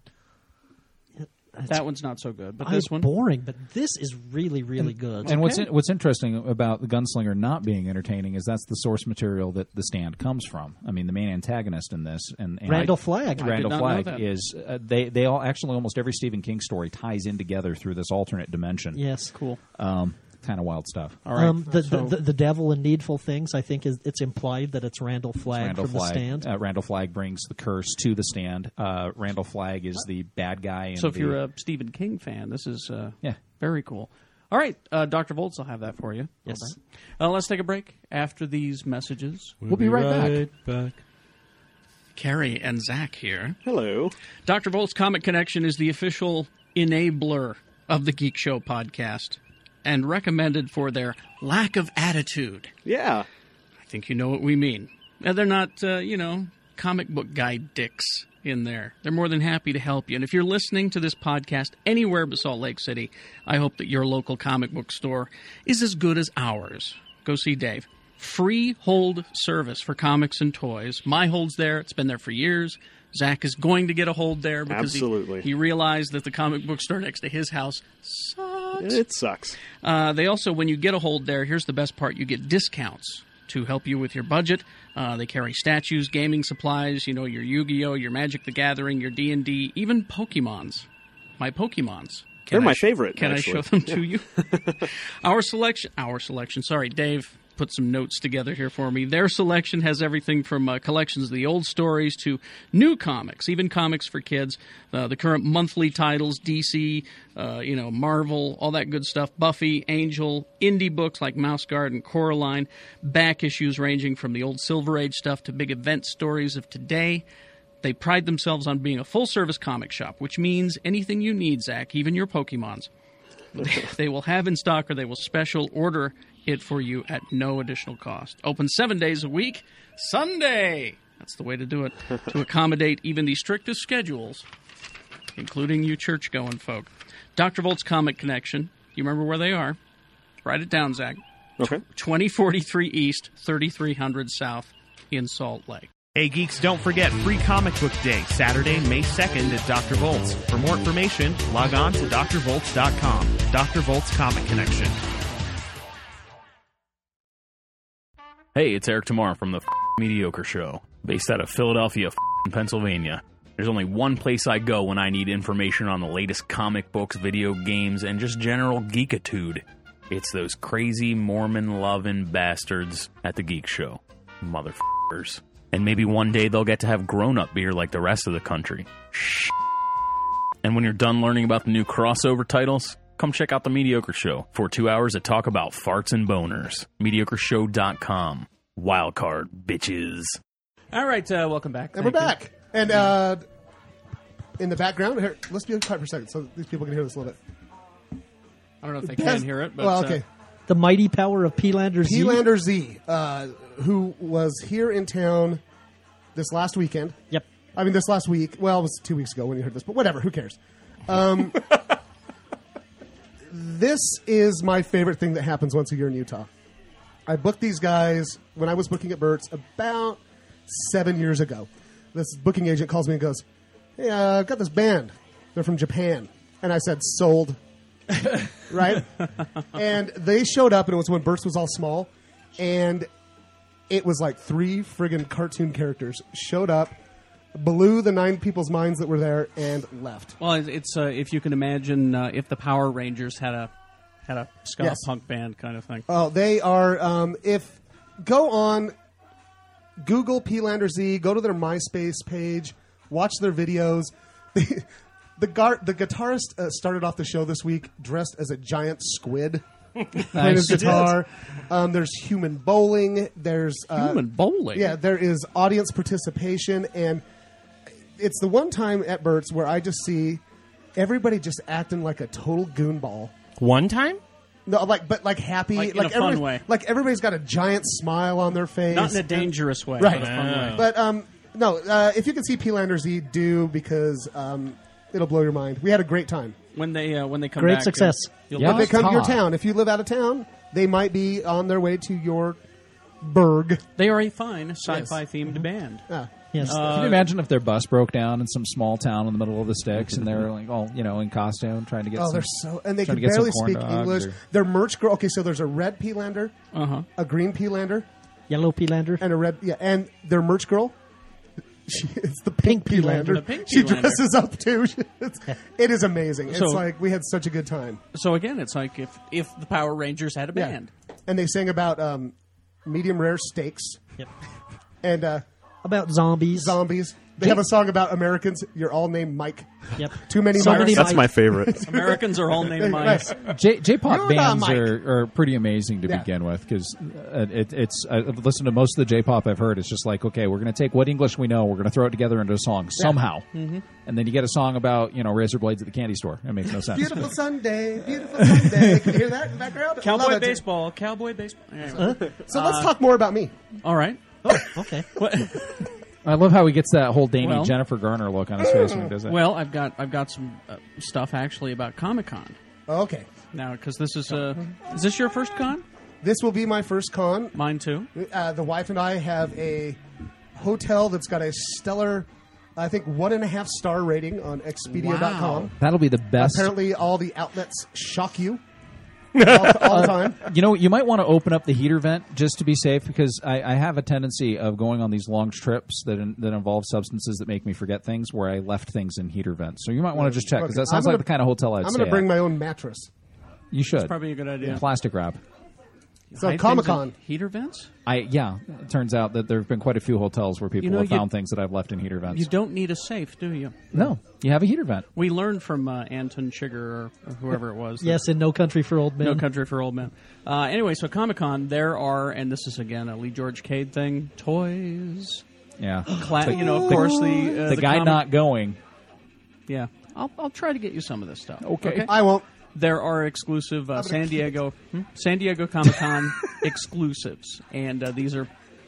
That one's not so good, but
I-
this one.
boring. But this is really really good.
And what's in, what's interesting about the gunslinger not being entertaining is that's the source material that the stand comes from. I mean, the main antagonist in this and, and
Randall
I-
Flagg. I did
Randall
not know
Flagg
that.
is uh, they they all actually almost every Stephen King story ties in together through this alternate dimension.
yes, cool.
um, kind of wild stuff.
All right.
um, the,
so-
the, the the devil in needful things. I think is it's implied that it's Randall Flagg
Randall
from the
Flagg.
stand.
Uh, Randall Flagg brings the curse to the stand. Uh, Randall Flagg is the bad guy. In
so if
the-
you're a Stephen King fan, this is uh,
Yeah.
very cool. All right, uh, Doctor Volts, I'll have that for you.
Yes.
Hold on. Uh, let's take a break after these messages.
we'll be right back.
back.
Carrie and Zach here.
Hello.
Dr. Volt's Comic Connection is the official enabler of the Geek Show podcast and recommended for their lack of attitude.
Yeah.
I think you know what we mean. Now, they're not, uh, you know, comic book guy dicks in there. They're more than happy to help you. And if you're listening to this podcast anywhere but Salt Lake City, I hope that your local comic book store is as good as ours. Go see Dave. Free hold service for comics and toys. My hold's there. It's been there for years. Zach is going to get a hold there because he-
Absolutely.
He, realized that the comic book store next to his house sucks.
It sucks.
Uh, they also, when you get a hold there, here's the best part: you get discounts to help you with your budget. Uh, they carry statues, gaming supplies, you know, your Yu-Gi-Oh, your Magic the Gathering, your D and D, even Pokemon's. My Pokemon's. Can
They're my
sh-
favorite,
Can
actually.
I show them to you? our selection. Our selection. Sorry, Dave. Put some notes together here for me. Their selection has everything from uh, collections of the old stories to new comics, even comics for kids. Uh, the current monthly titles: DC, uh, you know, Marvel, all that good stuff. Buffy, Angel, indie books like Mouse Guard and Coraline. Back issues ranging from the old Silver Age stuff to big event stories of today. They pride themselves on being a full-service comic shop, which means anything you need, Zach, even your Pokemon's they will have in stock or they will special order it for you at no additional cost. Open seven days a week, Sunday. That's the way to do it, to accommodate even the strictest schedules, including you church going folk. Dr. Volt's Comic Connection, you remember where they are. Write it down, Zach.
Okay.
2043 East, 3300 South in Salt Lake.
Hey geeks, don't forget free comic book day, Saturday, May 2nd at Dr. Volts. For more information, log on to drvolts.com. Dr. Volts Comic Connection.
Hey, it's Eric Tamar from the f- Mediocre Show, based out of Philadelphia, f- Pennsylvania. There's only one place I go when I need information on the latest comic books, video games, and just general geekitude. It's those crazy Mormon loving bastards at the Geek Show. Motherfuckers. And maybe one day they'll get to have grown up beer like the rest of the country. Shh. And when you're done learning about the new crossover titles, come check out The Mediocre Show for two hours of talk about farts and boners. MediocreShow.com. Wildcard, bitches.
All right, uh, welcome back.
And we're
Thank you.
back. And uh, in the background, here, let's be quiet for a second so these people can hear this a little bit.
I don't know if they
Yes.
can hear it, but
well, okay.
uh,
the mighty power of Pelander Z.
Helander Z, uh, who was here in town this last weekend.
Yep.
I mean, this last week. Well, it was two weeks ago when you heard this, but whatever. Who cares? Um, this is my favorite thing that happens once a year in Utah. I booked these guys when I was booking at Burt's about seven years ago. This booking agent calls me and goes, "Hey, uh, I've got this band. They're from Japan," and I said, "Sold." right? and they showed up, and it was when Burt's was all small, and it was like three friggin' cartoon characters showed up, blew the nine people's minds that were there, and left.
well, it's- it's uh, if you can imagine uh, if the Power Rangers had a had a ska
Yes.
punk band kind of thing.
Oh, they are. Um, if go on Google Pelander Z, go to their MySpace page, watch their videos. The, the, gar- the guitarist uh, started off the show this week dressed as a giant squid. playing his
Nice.
guitar. Um, there's human bowling. There's uh,
Human bowling.
Yeah, there is audience participation, and it's the one time at Burt's where I just see everybody just acting like a total goonball.
One time,
No, like but like happy,
Like, in a fun
everybody-
way.
Like everybody's got a giant smile on their face.
Not in a dangerous way,
Right.
but a fun way.
But um, no, uh, if you can see P. Lander Z, do because um, It'll blow your mind. We had a great time.
when they uh, when they come
Great
back,
success.
you'll-
Yeah.
If they come to your
Todd.
town, if you live out of town, they might be on their way to your burg.
They are a fine sci-fi themed band.
Ah.
Yes.
Uh,
Can you imagine if their bus broke down in some small town in the middle of the sticks and they're like all you know in costume trying to get
Oh,
some,
they're so and they
trying to
can
get some
barely
corn
speak
dogs
English.
or-
Their merch girl. Okay, so there's a red Peelander,
Uh-huh.
a green Peelander,
Yellow Peelander.
and a red yeah, and their merch girl. She, it's the pink,
Pink Peelander.
Peelander.
The pink
she
Peelander.
dresses up too. It's- it is amazing. It's
So-
like we had such a good time.
So again, it's like if if the Power Rangers had a
Yeah.
band.
And they sang about um, medium rare steaks
Yep.
and uh,
About zombies.
zombies. They have a song about Americans. You're all named Mike.
Yep.
Too many
So many
Mikes.
That's my favorite.
Americans are all named Mike.
J- J-pop
You're not
bands
Mike.
are, are pretty amazing to
Yeah.
begin with because uh, it, it's I- I've listened to most of the J-pop I've heard. It's just like okay, we're going to take what English we know, we're going to throw it together into a song somehow,
Mm-hmm.
and then you get a song about you know razor blades at the candy store. It makes no sense.
Beautiful Sunday, beautiful Sunday. Can you hear that in the background? Love
Cowboy
it.
baseball, cowboy baseball. Anyway.
So let's talk more about me.
All right.
Okay.
I love how he gets that whole Danny
Well-
Jennifer Garner look on his face when he does it.
Well, I've got I've got some uh, stuff actually about Comic Con
Okay.
now because this is uh,
Mm-hmm.
is this your first con?
This will be my first con.
Mine too.
Uh, the wife and I have a hotel that's got a stellar, I think, one and a half star rating on Expedia.com.
That'll be the best.
Apparently, all the outlets shock you all, all the time.
You know, you might want to open up the heater vent just to be safe because I, I have a tendency of going on these long trips that in, that involve substances that make me forget things where I left things in heater vents. So you might want to just check because
Okay,
that sounds like
I'm gonna-
the kind of hotel I'd
I'm
stay
going to bring
at.
my own mattress.
You should
Probably a good idea.
plastic wrap.
So
Hide things
Comic
in
Con,
heater vents.
I yeah. It turns out that there have been quite a few hotels where people
You know,
have
you-
found things that I've left in heater vents.
You don't need a safe, do you?
no, you have a heater vent.
We learned from uh, Anton Chigurh or whoever it was.
yes, in No Country for Old Men.
No Country for Old Men. Uh, anyway, so Comic Con, there are, and this is again a Lee George Cade thing, toys.
Yeah,
Cla- you know, of course, the uh,
the, guy
comic-
not going.
Yeah, I'll, I'll try to get you some of this stuff.
Okay.
I won't.
there are exclusive uh, San Diego hmm? San Diego Comic Con exclusives, and uh, these are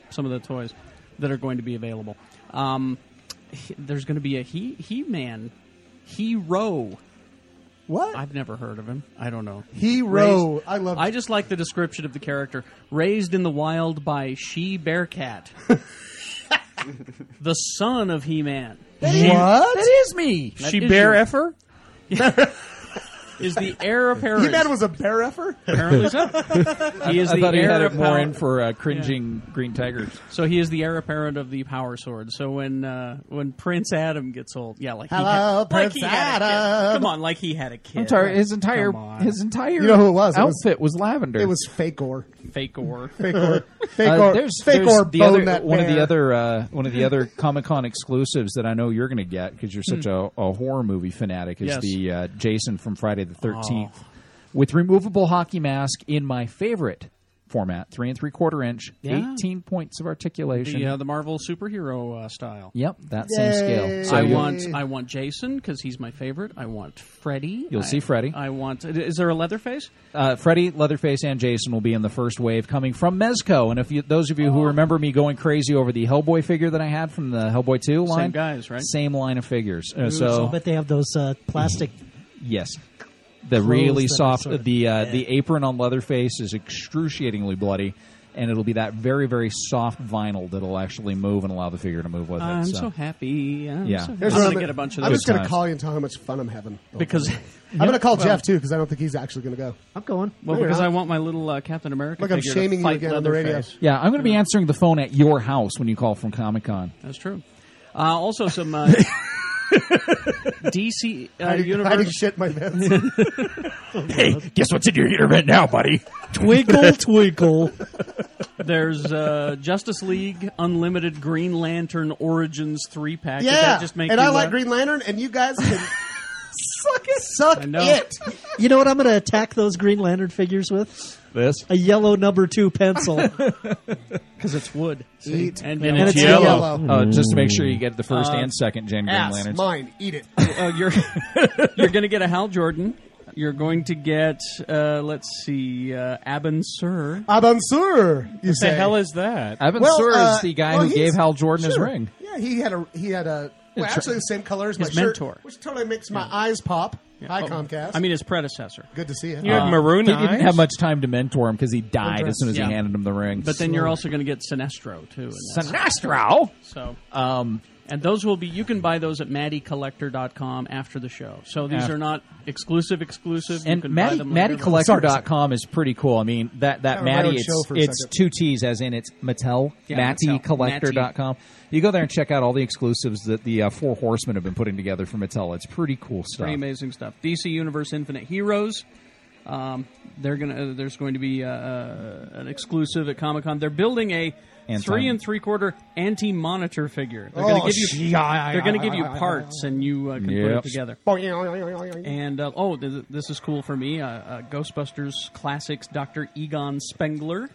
some of the toys that are going to be available. Um, he- there's going to be a He He Man, Hero.
What?
I've never heard of him. I don't know.
Hero.
Raised-
I love-
I just like the description of the character. Raised in the wild by she bear cat, the son of He Man.
what?
That is me.
She bear
effer.
Is the heir apparent?
He man was a bear effer?
Apparently so. He is
I
the
thought he
heir
had it more
apparent-
in for uh, cringing green tigers.
So he is the heir apparent of the power sword. So when uh, when Prince Adam gets old, yeah, like he
Hello,
had, like
Prince
he had a kid.
Adam.
Come on, like he had a kid.
I'm sorry, his entire
Come on.
his entire
You know who it was? It was-
outfit was, lavender.
It was fake or.
fake or
Fake or. Fake
Uh,
or.
there's
fake
there's
or
the
bone
other,
that
one of the
bear.
other uh, one of the other Comic Con exclusives that I know you're going to get because you're such
Hmm.
a, a horror movie fanatic is
Yes.
the uh, Jason from Friday the Thirteenth
Oh.
with removable hockey mask in my favorite format three and three quarter inch,
Yeah.
eighteen points of articulation.
the, uh, the Marvel superhero uh, style.
Yep, that
Yay.
same scale. So
I
you'll-
want I want Jason because he's my favorite. I want Freddy.
You'll
I-
see Freddy.
I want. Is there a Leatherface?
uh, Freddy, Leatherface, and Jason will be in the first wave coming from Mezco. And if you, those of you who remember me going crazy over the Hellboy figure that I had from the Hellboy Two line,
guys, right?
Same line of figures. Uh, so
But they have those uh, plastic.
yes, the really
that are
soft
sort of-
the uh, the apron on Leatherface is excruciatingly bloody. And it'll be that very, very soft vinyl that'll actually move and allow the figure to move with it.
I'm
so.
so happy. I'm
uh, Yeah.
so happy. I'm
Here's
what
gonna
I'm-
get a bunch of
I'm
those
just going to
times.
call you and tell you how much fun I'm having.
because
I'm going to call Jeff too because I don't think he's actually going to go.
I'm going.
well
No, you're
because
not.
I want my little uh, Captain America.
Look, I'm
figure
shaming
to
you
fight
again on the radio.
Leatherface.
Yeah, I'm going to be answering the phone at your house when you call from Comic Con.
That's true. Uh, also, some uh, DC uh,
I didn't
Universe
shit my pants.
Hey, guess what's in your heater vent now, buddy?
Twiggle, twiggle.
There's uh, Justice League Unlimited Green Lantern Origins three pack. Did
yeah,
that just make
and
you uh,
I like
laugh?
Green Lantern, and you guys can suck it. Suck
I know.
it.
You know what I'm going to attack those Green Lantern figures with?
This?
A yellow number two pencil.
because it's wood
Eat.
and,
And
yellow.
it's
Yellow.
Uh, just to make sure you get the first and second gen Green
Ass,
Lanterns.
mine. Eat it.
Oh, you're you're going to get a Hal Jordan. You're going to get uh, let's see uh, Abin Sur.
Abansur, you
The
say.
hell is that?
Evan
Well,
Sur
uh,
is the guy
well,
who gave
he's-
Hal Jordan his
sure.
ring.
Yeah, he had a he had a Well,
It's-
actually, the same color as
his
my shirt,
mentor. Oh,
which totally makes my eyes pop. Hi, Comcast.
I mean, his predecessor. Uh,
good to see you.
Uh,
You had maroon
he
eyes.
didn't have much time to mentor him because he died as soon as
Yeah.
he handed him the ring.
But then you're also going to get Sinestro too. In that.
Sinestro.
So,
um,
and those will be you can buy those at MattyCollector.com after the show. So these
Yeah.
are not exclusive, exclusive. you
And
can buy
Maddie,
them later.
MaddieCollector.com is pretty cool. I mean, that, that
Kinda my own
Maddie,
show
it's,
for a
it's
second.
two T's, as in it's Mattel,
Yeah,
MattyCollector.com. You go there and check out all the exclusives that the uh, Four Horsemen have been putting together for Mattel. It's pretty cool stuff.
Pretty amazing stuff. DC Universe Infinite Heroes. Um, they're gonna. Uh, there's going to be uh, uh, an exclusive at Comic Con. They're building a
Anti-
three and three quarter anti monitor figure. They're going to
Oh,
give you.
sh- yeah, yeah,
they're going to
yeah,
give you
yeah, yeah,
parts, and you uh, can put
Yep.
it together.
Oh, And
And uh, oh, th- this is cool for me. Uh, uh, Ghostbusters Classics, Doctor Egon Spengler,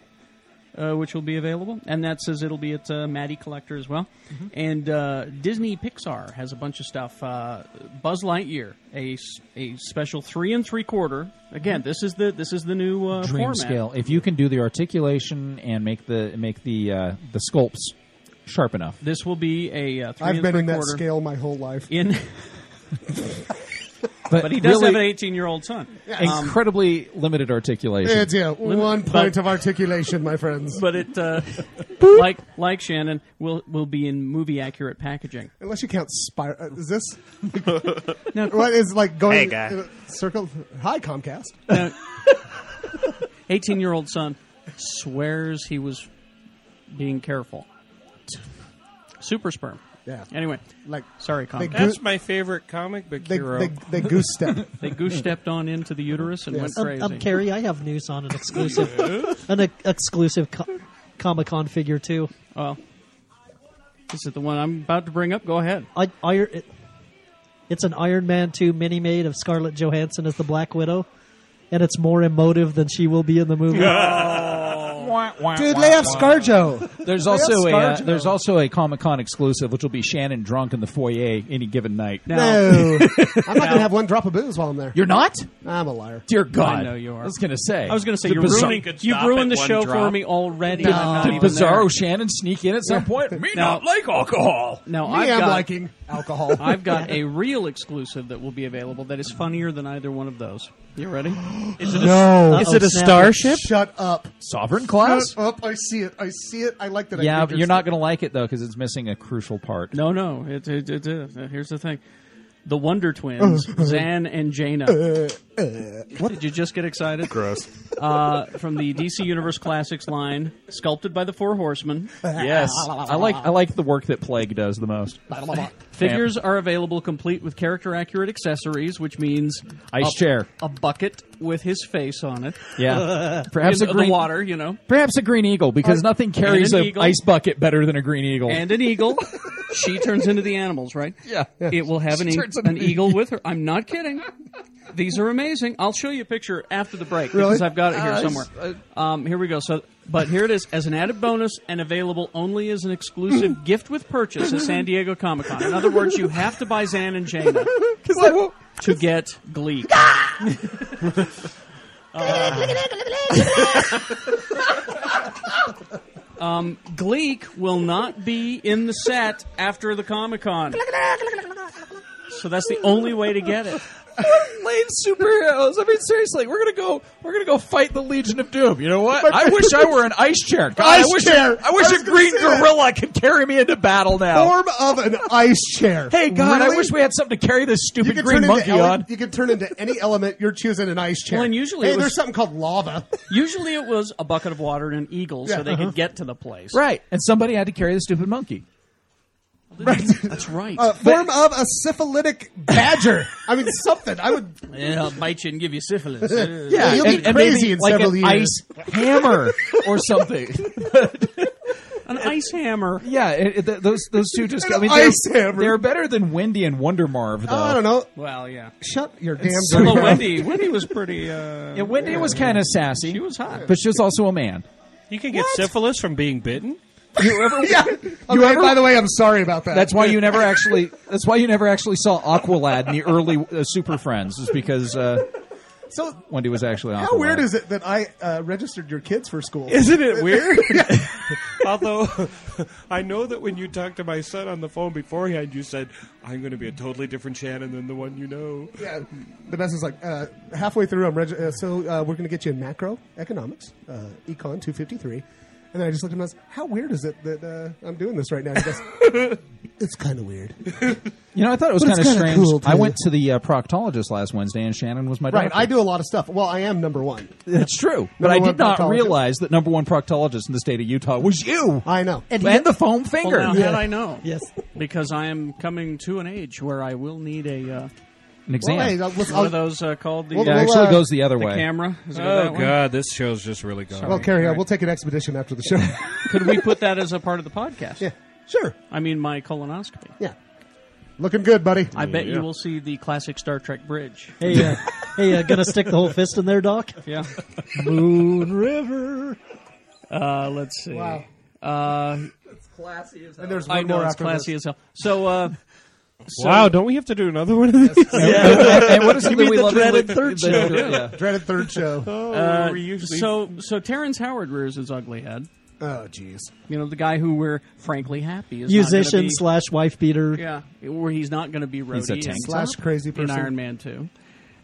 uh, which will be available, and that says it'll be at uh, Maddie Collector as well.
Mm-hmm.
And uh, Disney Pixar has a bunch of stuff. Uh, Buzz Lightyear, a, s- a special three and three quarter. Again, this is the this is the new uh,
Mm-hmm. Dream
format.
scale. If you can do the articulation and make the make the uh, the sculpts sharp enough,
This will be a uh, three
I've
and
been
three
in that
quarter
scale my whole life.
in.
but,
But he does
really
have an eighteen-year-old son. Um,
incredibly limited articulation.
It's yeah, one point of articulation, my friends.
but it uh, like like Shannon will will be in movie accurate packaging.
Unless you count spire. uh, Is this? what is like going?
Hey, guy.
uh, circle. Hi, Comcast.
Eighteen year old son swears he was being careful. Super sperm.
Yeah.
Anyway,
Like
sorry,
they
Comcast.
goose,
That's my favorite comic book
they,
hero.
they, they goose step.
They goose stepped on into the uterus and
Yes.
went
Um,
crazy.
um, Carrie, I have news on an exclusive, an ex- exclusive co- Comic Con figure too.
well, this is the one I'm about to bring up. Go ahead.
I, Iron, it, it's an Iron Man two mini made of Scarlett Johansson as the Black Widow, and it's more emotive than she will be in the movie.
Dude,
Dude, lay off ScarJo.
There's
They
also a
have
uh,
ScarJo.
there's also a Comic Con exclusive, which will be Shannon drunk in the foyer any given night.
No, I'm not gonna have one drop of booze while I'm there.
You're not,
I'm a liar.
dear God.
I know you are.
I was gonna say.
I was going to say
The
you're
bizar-
ruining
could
you've
stop
ruined the
at one
show for
drop.
me already.
Did,
and I'm not
did
even
Bizarro
there.
Shannon sneak in at some point? Me
No.
not like alcohol.
No,
Me,
I've
I'm
got
liking alcohol.
I've got a real exclusive that will be available that is funnier than either one of those. You ready? Is it a-
no. Oh,
Is it a starship?
Shut up.
Sovereign class.
Shut up. I see it. I see it. I like that. I
Yeah,
think
but you're not gonna like it though because it's missing a crucial part.
No, no. It, it, it, uh, here's the thing. The Wonder Twins, Zan and Jaina. What did you just get excited? Gross. Uh, from the DC Universe Classics line, sculpted by the Four Horsemen.
Yes, I like I like the work that Plague does the most.
Figures are available complete with character accurate accessories, which means
Ice
a,
chair.
a bucket with his face on it.
Yeah, perhaps a
in the
green
water, you know,
perhaps a green eagle because nothing carries
an
Uh, an
eagle.
ice bucket better than a green eagle.
and an eagle. she turns into the animals, right?
yeah,
It will have an,
She
e-
turns into
an
the-
eagle with her. I'm not kidding. These are amazing. I'll show you a picture after the break because I've got it here
Uh,
somewhere. Um, here we go. So, but here it is as an added bonus and available only as an exclusive gift with purchase at San Diego Comic Con. In other words, you have to buy Xan and Jaina to get Glee. Gleek will not be in the set after the Comic Con. So that's the only way to get it.
lame superheroes. I mean, seriously, we're gonna go. We're gonna go fight the Legion of Doom. You know what? I wish I were an ice chair. God, I
Ice
wish
chair.
I wish
I was
a
gonna
green
say that.
gorilla could carry me into battle now.
form of an ice chair.
hey, God,
Really?
I wish we had something to carry this
You
stupid
can
green
turn
monkey
into ele-
on.
You can turn into any element. You're choosing an ice chair.
Well, and usually
hey,
it was-
there's something called lava.
Usually it was a bucket of water and an eagle so
Yeah. Uh-huh.
they could get to the place.
Right, and somebody had to carry the stupid monkey.
That's right.
A form of a syphilitic badger. I mean, something. I would.
Yeah, I'll bite you and give you syphilis. Uh,
Yeah, you'll
and,
be
and
crazy
maybe
in
like
several
an
years.
ice hammer or something.
An ice hammer.
yeah, it, it, th- those those two just.
An
I mean,
ice
they're,
hammer. Oh,
they're better than Wendy and Wonder Marv. Though
Uh, I don't know.
Well, yeah.
Shut your damn.
so
mouth.
Although Wendy, Wendy was pretty. Uh,
Yeah, Wendy was kind of sassy.
she was hot.
but she was also a man.
you can get syphilis from being bitten.
You ever
yeah. Okay, by the way, I'm sorry about that.
That's why you never actually. That's why you never actually saw Aqualad in the early uh, Super Friends, is because uh,
so.
Wendy was actually.
How
Aqualad.
weird is it that I uh, registered your kids for school?
Isn't it weird? Although I know that when you talked to my son on the phone beforehand, you said, "I'm going to be a totally different Shannon than the one you know."
Yeah, the best is like uh, halfway through. I'm reg- uh, so uh, we're going to get you in macroeconomics, uh, econ 253, and then I just looked at him and I was, how weird is it that uh, I'm doing this right now? He goes, it's kind of weird.
You know, I thought it was
But
kind
it's
of
kinda
strange.
cool,
I
too.
went to the uh, proctologist last Wednesday, and Shannon was my
Right,
doctor.
I do a lot of stuff. Well, I am number one.
That's true, but I
Number
did
one
not
proctologist.
realize that number one proctologist in the state of Utah was you
I know.
and, the foam
Well,
finger.
now, how'd I know?
Yes.
Because I am coming to an age where I will need a uh,
An exam.
Well, hey, let's,
one
I'll,
of those uh, called the,
Well,
it
uh,
well,
actually
uh,
goes the other
the
way.
camera. Is it
Oh
that one?
God, this show's just really gone.
well, carry on. We'll take an expedition after the show.
Could we put that as a part of the podcast?
yeah, sure.
I mean, my colonoscopy.
Yeah, looking good, buddy.
I bet you will see the classic Star Trek bridge.
Hey, uh, hey, uh, gonna stick the whole fist in there, Doc?
Yeah. Moon River. Uh, let's see.
Wow.
Uh,
And there's one
I know
more
it's
after
classy
this.
as hell. So, uh,
wow, don't we have to do another one of these?
and what is it that we
the
love?
dreaded
The-
third
the-
show.
yeah.
Dreaded third show.
Oh,
uh,
we usually-
so so Terrence Howard rears his ugly head.
Oh, jeez.
You know, the guy who we're frankly happy is not gonna
Musician
be-
slash wife beater.
Yeah, where he's not going to be
He's a
Rhodey
tank
in-
Slash crazy
in
person.
Iron Man Two.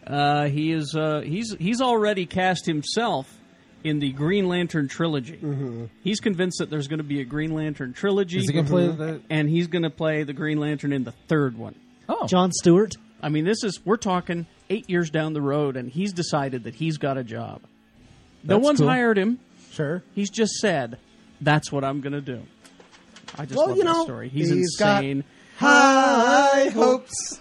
Uh, he is uh, he's he's already cast himself in the Green Lantern trilogy.
Mm-hmm.
He's convinced that there's going to be a Green Lantern trilogy,
Is he gonna
Mm-hmm.
play the-
and he's going to play the Green Lantern in the third one.
Oh,
John Stewart.
I mean, this is we're talking eight years down the road, and he's decided that he's got a job. no
That's
one's
cool.
hired him.
Sure.
He's just said, "That's what I'm going to do." I just
Well,
love
you
that
know,
story. He's,
he's got-
insane.
High hopes.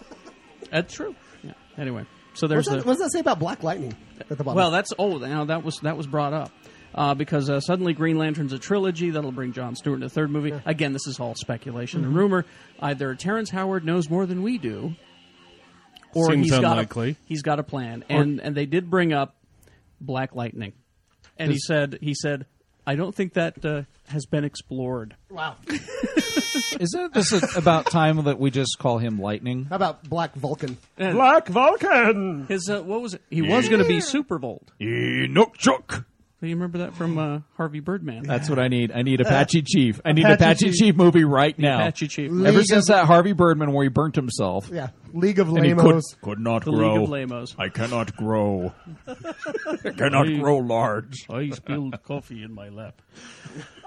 That's true. Yeah. Anyway, so
What's
there's
that,
the
what does that say about Black Lightning at the bottom?
well. That's oh, now that was that was brought up uh, because uh, suddenly Green Lantern's a trilogy that'll bring John Stewart in the third movie. Again, this is all speculation and rumor. Either Terrence Howard knows more than we do, or
Seems
he's
unlikely.
got a, he's got a plan. and and they did bring up Black Lightning, and he said he said I don't think that uh, has been explored.
wow.
isn't this a- about time that we just call him Lightning?
How about Black Vulcan?
Black Vulcan.
His uh, what was it? He was going to be Supervolt.
Enoch Chuck.
Do you remember that from uh, Harvey Birdman?
That's what I need. I need Apache Chief. I need
Uh, Apache
Apache
Chief.
Chief, movie right now.
Apache Chief.
Ever
League
since that Harvey Birdman where he burnt himself.
Yeah. League of
And he
lame
could, could not
The
grow.
League of Lamos.
I cannot grow. I cannot grow large.
I spilled coffee in my lap.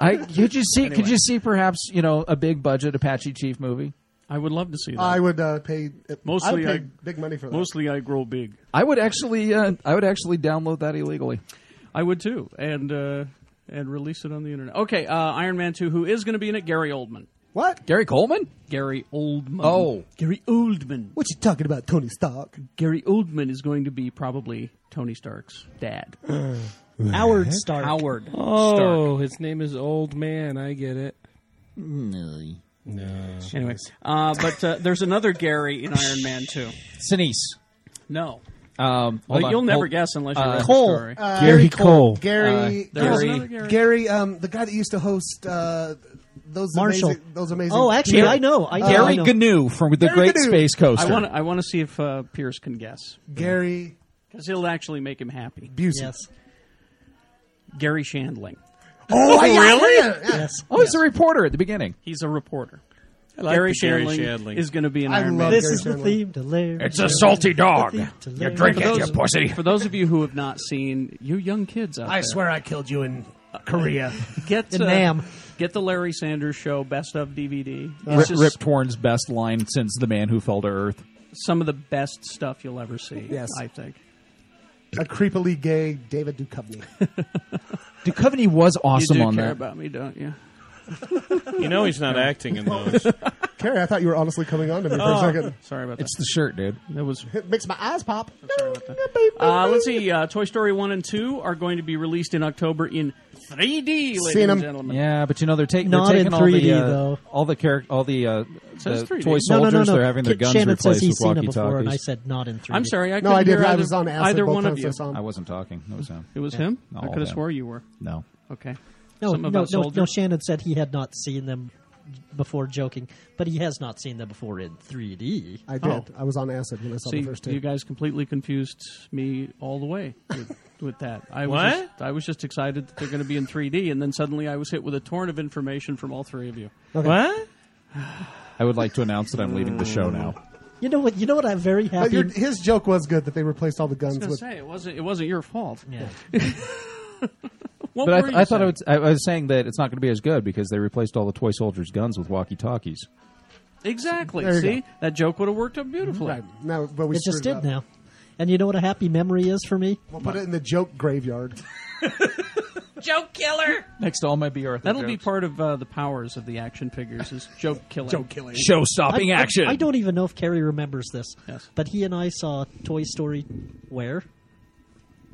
I could you see could you see perhaps, you know, a big budget Apache Chief movie?
I would love to see that.
I would uh, pay I would
Mostly
pay
I-
big money for that.
Mostly, I grow big.
I would actually uh, I would actually download that illegally.
I would too, and uh, and release it on the internet. Okay, uh, Iron Man two. Who is going to be in it? Gary Oldman.
what?
Gary Coleman?
Gary Oldman.
Oh.
Gary Oldman.
What you talking about, Tony Stark?
Gary Oldman is going to be probably Tony Stark's dad,
Howard Stark.
Uh,
Howard.
Oh, his name is Old Man. I get it.
Anyway, uh, but uh, there's another Gary in Iron Man two.
Sinise.
No,
Um, hold
Well,
on,
you'll never
hold-
guess unless you read
Cole.
the story.
Uh,
Gary Cole.
Uh,
Gary.
there was
Gary.
another Gary.
um, the guy that used to host uh, those
Marshall.
amazing. Those amazing.
Oh, actually, I know. I, know, I
Uh, Gary
know.
Gnu from the
Gary
Great
Gnu.
Space Coaster.
I want to. I want to see if uh, Pierce can guess
Gary
because he'll actually make him happy.
Busey.
uh, Yes.
Gary Shandling.
Oh, really?
Yes.
oh, he's a reporter at the beginning.
He's a reporter.
like
Gary,
the Gary
Shandling
Shandling.
is going to be an
I
Iron Man.
love
This
Gary
is the
Shandling.
theme to Larry.
salty dog.
You
drink
for, those, for those of you who have not seen you young kids out there,
I killed you in Korea.
get
In
uh,
Nam.
get the Larry Sanders Show best of DVD. It's
Rip,
just
Uh, Rip Torn's best line since "The Man Who Fell to Earth."
some of the best stuff you'll ever see.
Yes.
I think.
a creepily gay David Duchovny.
Duchovny was awesome
you do
on
care
that.
about me, don't you?
You know he's not acting in those.
Carrie, I thought you were honestly coming on to me for
Oh.
a second.
Sorry about
it's the shirt, dude.
that. That was.
It makes my eyes pop.
Uh, let's see. Uh, Toy Story one and two are going to be released in October in 3D, ladies
Seen 'em.
and gentlemen.
Yeah, but you know they're, ta-
Not
they're taking
in
all
3D
the uh,
though.
all the character all the, uh,
says
the
3D.
toy
No, no,
soldiers.
no, no.
They're having their
Kit
guns
Shannon says
replaced
he's
with
seen it
walkie
before, and I
talkies.
said not in 3D.
I'm sorry, I
No,
couldn't
I
hear
did. I
either,
was on acid
either
both
one of
times Oh,
you.
I saw him.
I wasn't talking. That was him.
It was him.
No,
I could have
yeah.
swore you were.
No,
Okay.
No,
Something
no,
about
no, no.
soldiers.
Shannon said he had not seen them before joking, but he has not seen them before in 3D.
I did. I was on acid when I saw
See,
the first two.
you guys completely confused me all the way with, with that. I was
What?
Just, I was just excited that they're going to be in 3D, and then suddenly I was hit with a torrent of information from all three of you.
What?
I would like to announce that I'm leaving the show now.
You know what? You know what? I'm very
But
happy.
your, his joke was good that they replaced all the guns
I was going to
with.
say it wasn't it wasn't your fault.
Yeah.
What
But I,
were
th-
you
I thought I,
saying?
would, I was saying that it's not going to be as good because they replaced all the toy soldiers' guns with walkie talkies.
exactly.
There you Mm-hmm.
See that joke would have worked up beautifully.
Right. No, but we
It just
screwed
did
up.
now. And you know what a happy memory is for me?
We'll put it in the joke graveyard.
Next to all my B. Arthur
That'll be
jokes.
part of uh, the powers of the action figures is joke killing. joke killing.
show-stopping
I- I-
action.
I, don't even know if Carrie remembers this,
Yes.
but he and I saw Toy Story where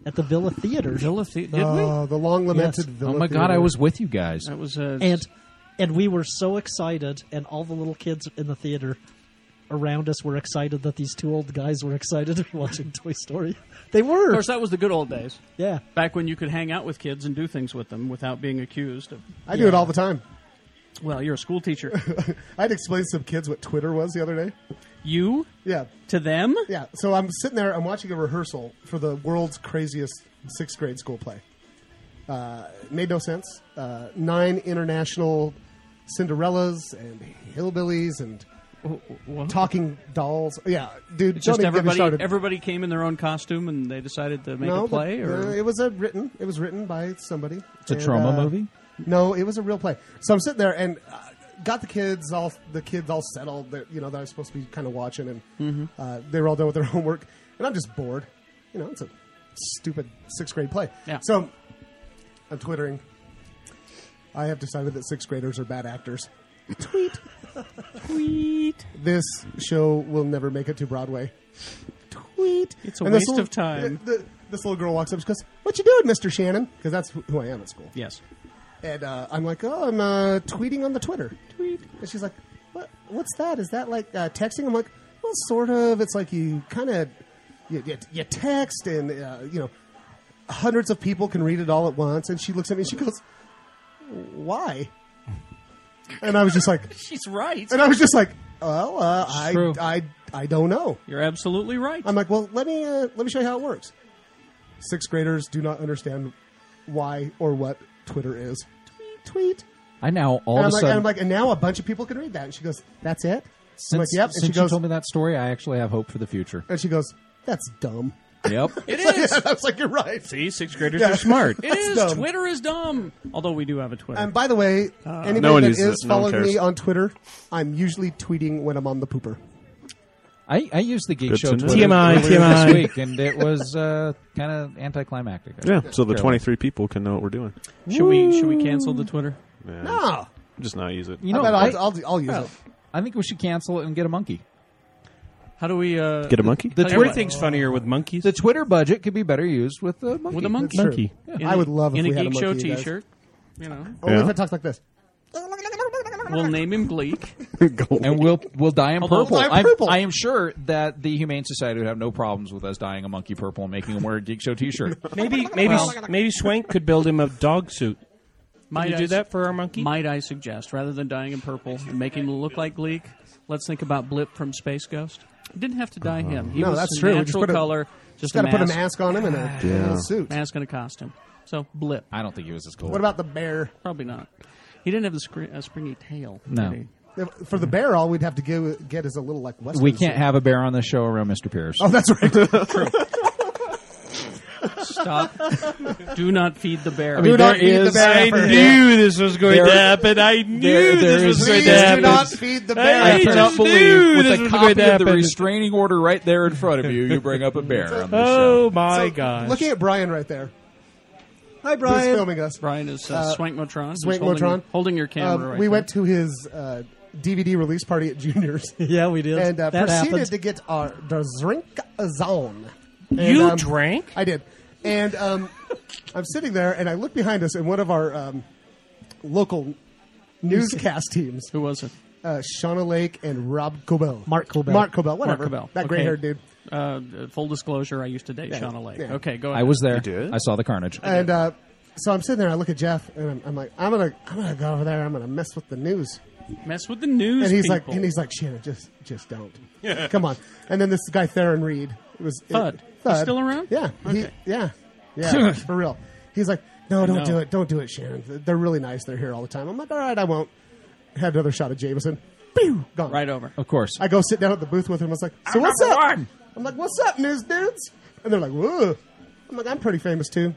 at the Villa Theater,
did we?
Uh, the long lamented
Yes.
villa.
oh my god, I
theater.
was with you guys.
That was uh,
and and we were so excited, and all the little kids in the theater around us were excited that these two old guys were excited to be watching Toy Story. They
Of
were,
course, that was the good old days.
yeah.
Back when you could hang out with kids and do things with them without being accused of.
I do it all the time.
Well, you're a school teacher.
I'd explained to some kids what Twitter was the other day.
you
Yeah,
to them?
yeah. So I'm sitting there. I'm watching a rehearsal for the world's craziest sixth grade school play. Uh, it made no sense. Uh, nine international Cinderellas and hillbillies and talking dolls. Yeah, dude.
Just
don't even get me started.
everybody. Everybody came in their own costume and they decided to make
no,
a play,
but,
or
uh, it was a written. It was written by somebody. uh, It's
a trauma movie?
No, it was a real play. So I'm sitting there and uh, got the kids all the kids all settled. That you know that I was supposed to be kind of watching, and
Mm-hmm.
uh, they were all done with their homework, and I'm just bored. You know, it's a stupid sixth grade play.
Yeah.
So I'm twittering. I have decided that sixth graders are bad actors. Tweet. Tweet. This show will never make it to Broadway. Tweet.
It's a
And this
waste
little-
of time.
th- th- this little girl walks up and she goes, What you doing, Mr. Shannon? Because that's wh- who I am at school.
yes,
And uh, I'm like, Oh, I'm uh, tweeting on the Twitter. Tweet. And she's like, what, What's that? Is that like uh, texting? I'm like, Well, sort of. It's like you kind of you, you, you text and, uh, you know, hundreds of people can read it all at once. And she looks at me and she goes, Why? And I was just like,
she's right.
and I was just like, well, uh, I,
true.
I, I don't know.
You're absolutely right.
I'm like, well, let me uh, let me show you how it works. Sixth graders do not understand why or what Twitter is. Tweet, tweet.
I now all of a
And I'm like, and
sudden.
I'm like, and now a bunch of people can read that. And she goes, that's it. I'm
since
like, yep. And
since
she goes,
you told me that story, I actually have hope for the future.
and she goes, that's dumb.
Yep.
it is.
I was like, you're right.
See, sixth graders are smart.
It is.
dumb.
Twitter is dumb. Although we do have a Twitter.
And by the way, anybody
No one
that
uses
is
it. No one
following me
cares.
on Twitter, I'm usually tweeting when I'm on the pooper.
I, I used the Geek
Good
Show
to know.
Twitter
TMI,
earlier
TMI.
this week, and it was uh, kind of anticlimactic.
Yeah, so the 23 people can know what we're doing.
should we should we cancel the Twitter?
Yeah,
No,
Just not use it.
You know,
I bet I'll,
I,
I'll, I'll use it.
I think we should cancel it and get a monkey.
How do we uh,
Get a monkey?
The, Twitter
Everything's funnier with monkeys.
the Twitter budget could be better used with a monkey.
with a monkey?
Sure.
Monkey.
In
I
a-
would love if
in
we
a
had a
geek show
monkey, guys.
T-shirt. You know,
Only
Yeah.
if it talks like this.
we'll name him Gleek.
and we'll we'll dye him
Although-
purple.
Dye him
I'm-
purple.
I am sure that the Humane Society would have no problems with us dyeing a monkey purple and making him wear a Geek Show T-shirt.
Maybe maybe maybe Swank could build him a dog suit. Can
Might
you
I
do
s-
that for our monkey?
Might I suggest, rather than dyeing him purple and making him look like Gleek, let's think about Blip from Space Ghost. Didn't have to dye him. He
No,
was
that's
a
true. We just
natural
put a-
color.
Just
Just
got to put a
mask,
mask on him and a, and a little suit.
mask and a costume. So Blip,
I don't think he was as cool.
What about the bear?
probably not. He didn't have the scr- uh, springy tail.
No.
did he?
For the bear, all we'd have to go, get is a little like Western.
we can't
suit.
have a bear on the show around Mr. Pierce.
Oh, that's right.
Stop. Do not feed the bear.
mean,
do not
there
feed the
is-
bear.
I
for-
knew this was going
There-
to happen. I knew
there- there
this
is-
was going
Please
to
do
happen.
not feed the bear.
I
Hey,
cannot
just
believe with
knew this
a
was going
copy
to
of the
happen.
restraining order right there in front of you, you bring up a bear on the show.
Oh my gosh!
Looking at Brian right there.
Hi,
Who's filming us?
Brian is uh,
Uh,
Swank Motron. who's
Swank
holding,
Motron.
holding your camera.
Um,
right
we
there.
went to his uh, DVD release party at Junior's
Yeah, we did.
and uh,
that
proceeded
happened.
to get our the drink zone. And,
you
um,
drank?
I did. And um, I'm sitting there, and I look behind us, and one of our um, local newscast teams
Who was it?
uh, Shauna Lake and Rob Cobell.
Mark Cobell.
Mark Cobell, whatever.
Mark Cobell.
That gray haired dude.
Uh, full disclosure, I used to date Shauna Lake.
yeah.
Okay, go ahead.
I was there.
did?
I saw the carnage.
And uh, so I'm sitting there, I look at Jeff, and I'm, I'm like, I'm going to I'm gonna go over there, I'm going to mess with the news.
Mess with the news.
and he's like,
people.
and he's like, Shannon, just, just don't. Come on. And then this guy Theron Reed it was it-
Thud. He's still around?
Yeah, He- yeah, yeah, for real. He's like, no, don't
No.
do it, don't do it, Shannon. They're really nice. They're here all the time. I'm like, all right, I won't. Had another shot of Jameson. Pew! Gone.
right over.
Of course.
I go sit down at the booth with him. I was like, so what's up? I'm like, what's up, news dudes? And they're like, whoa. I'm like, I'm pretty famous too.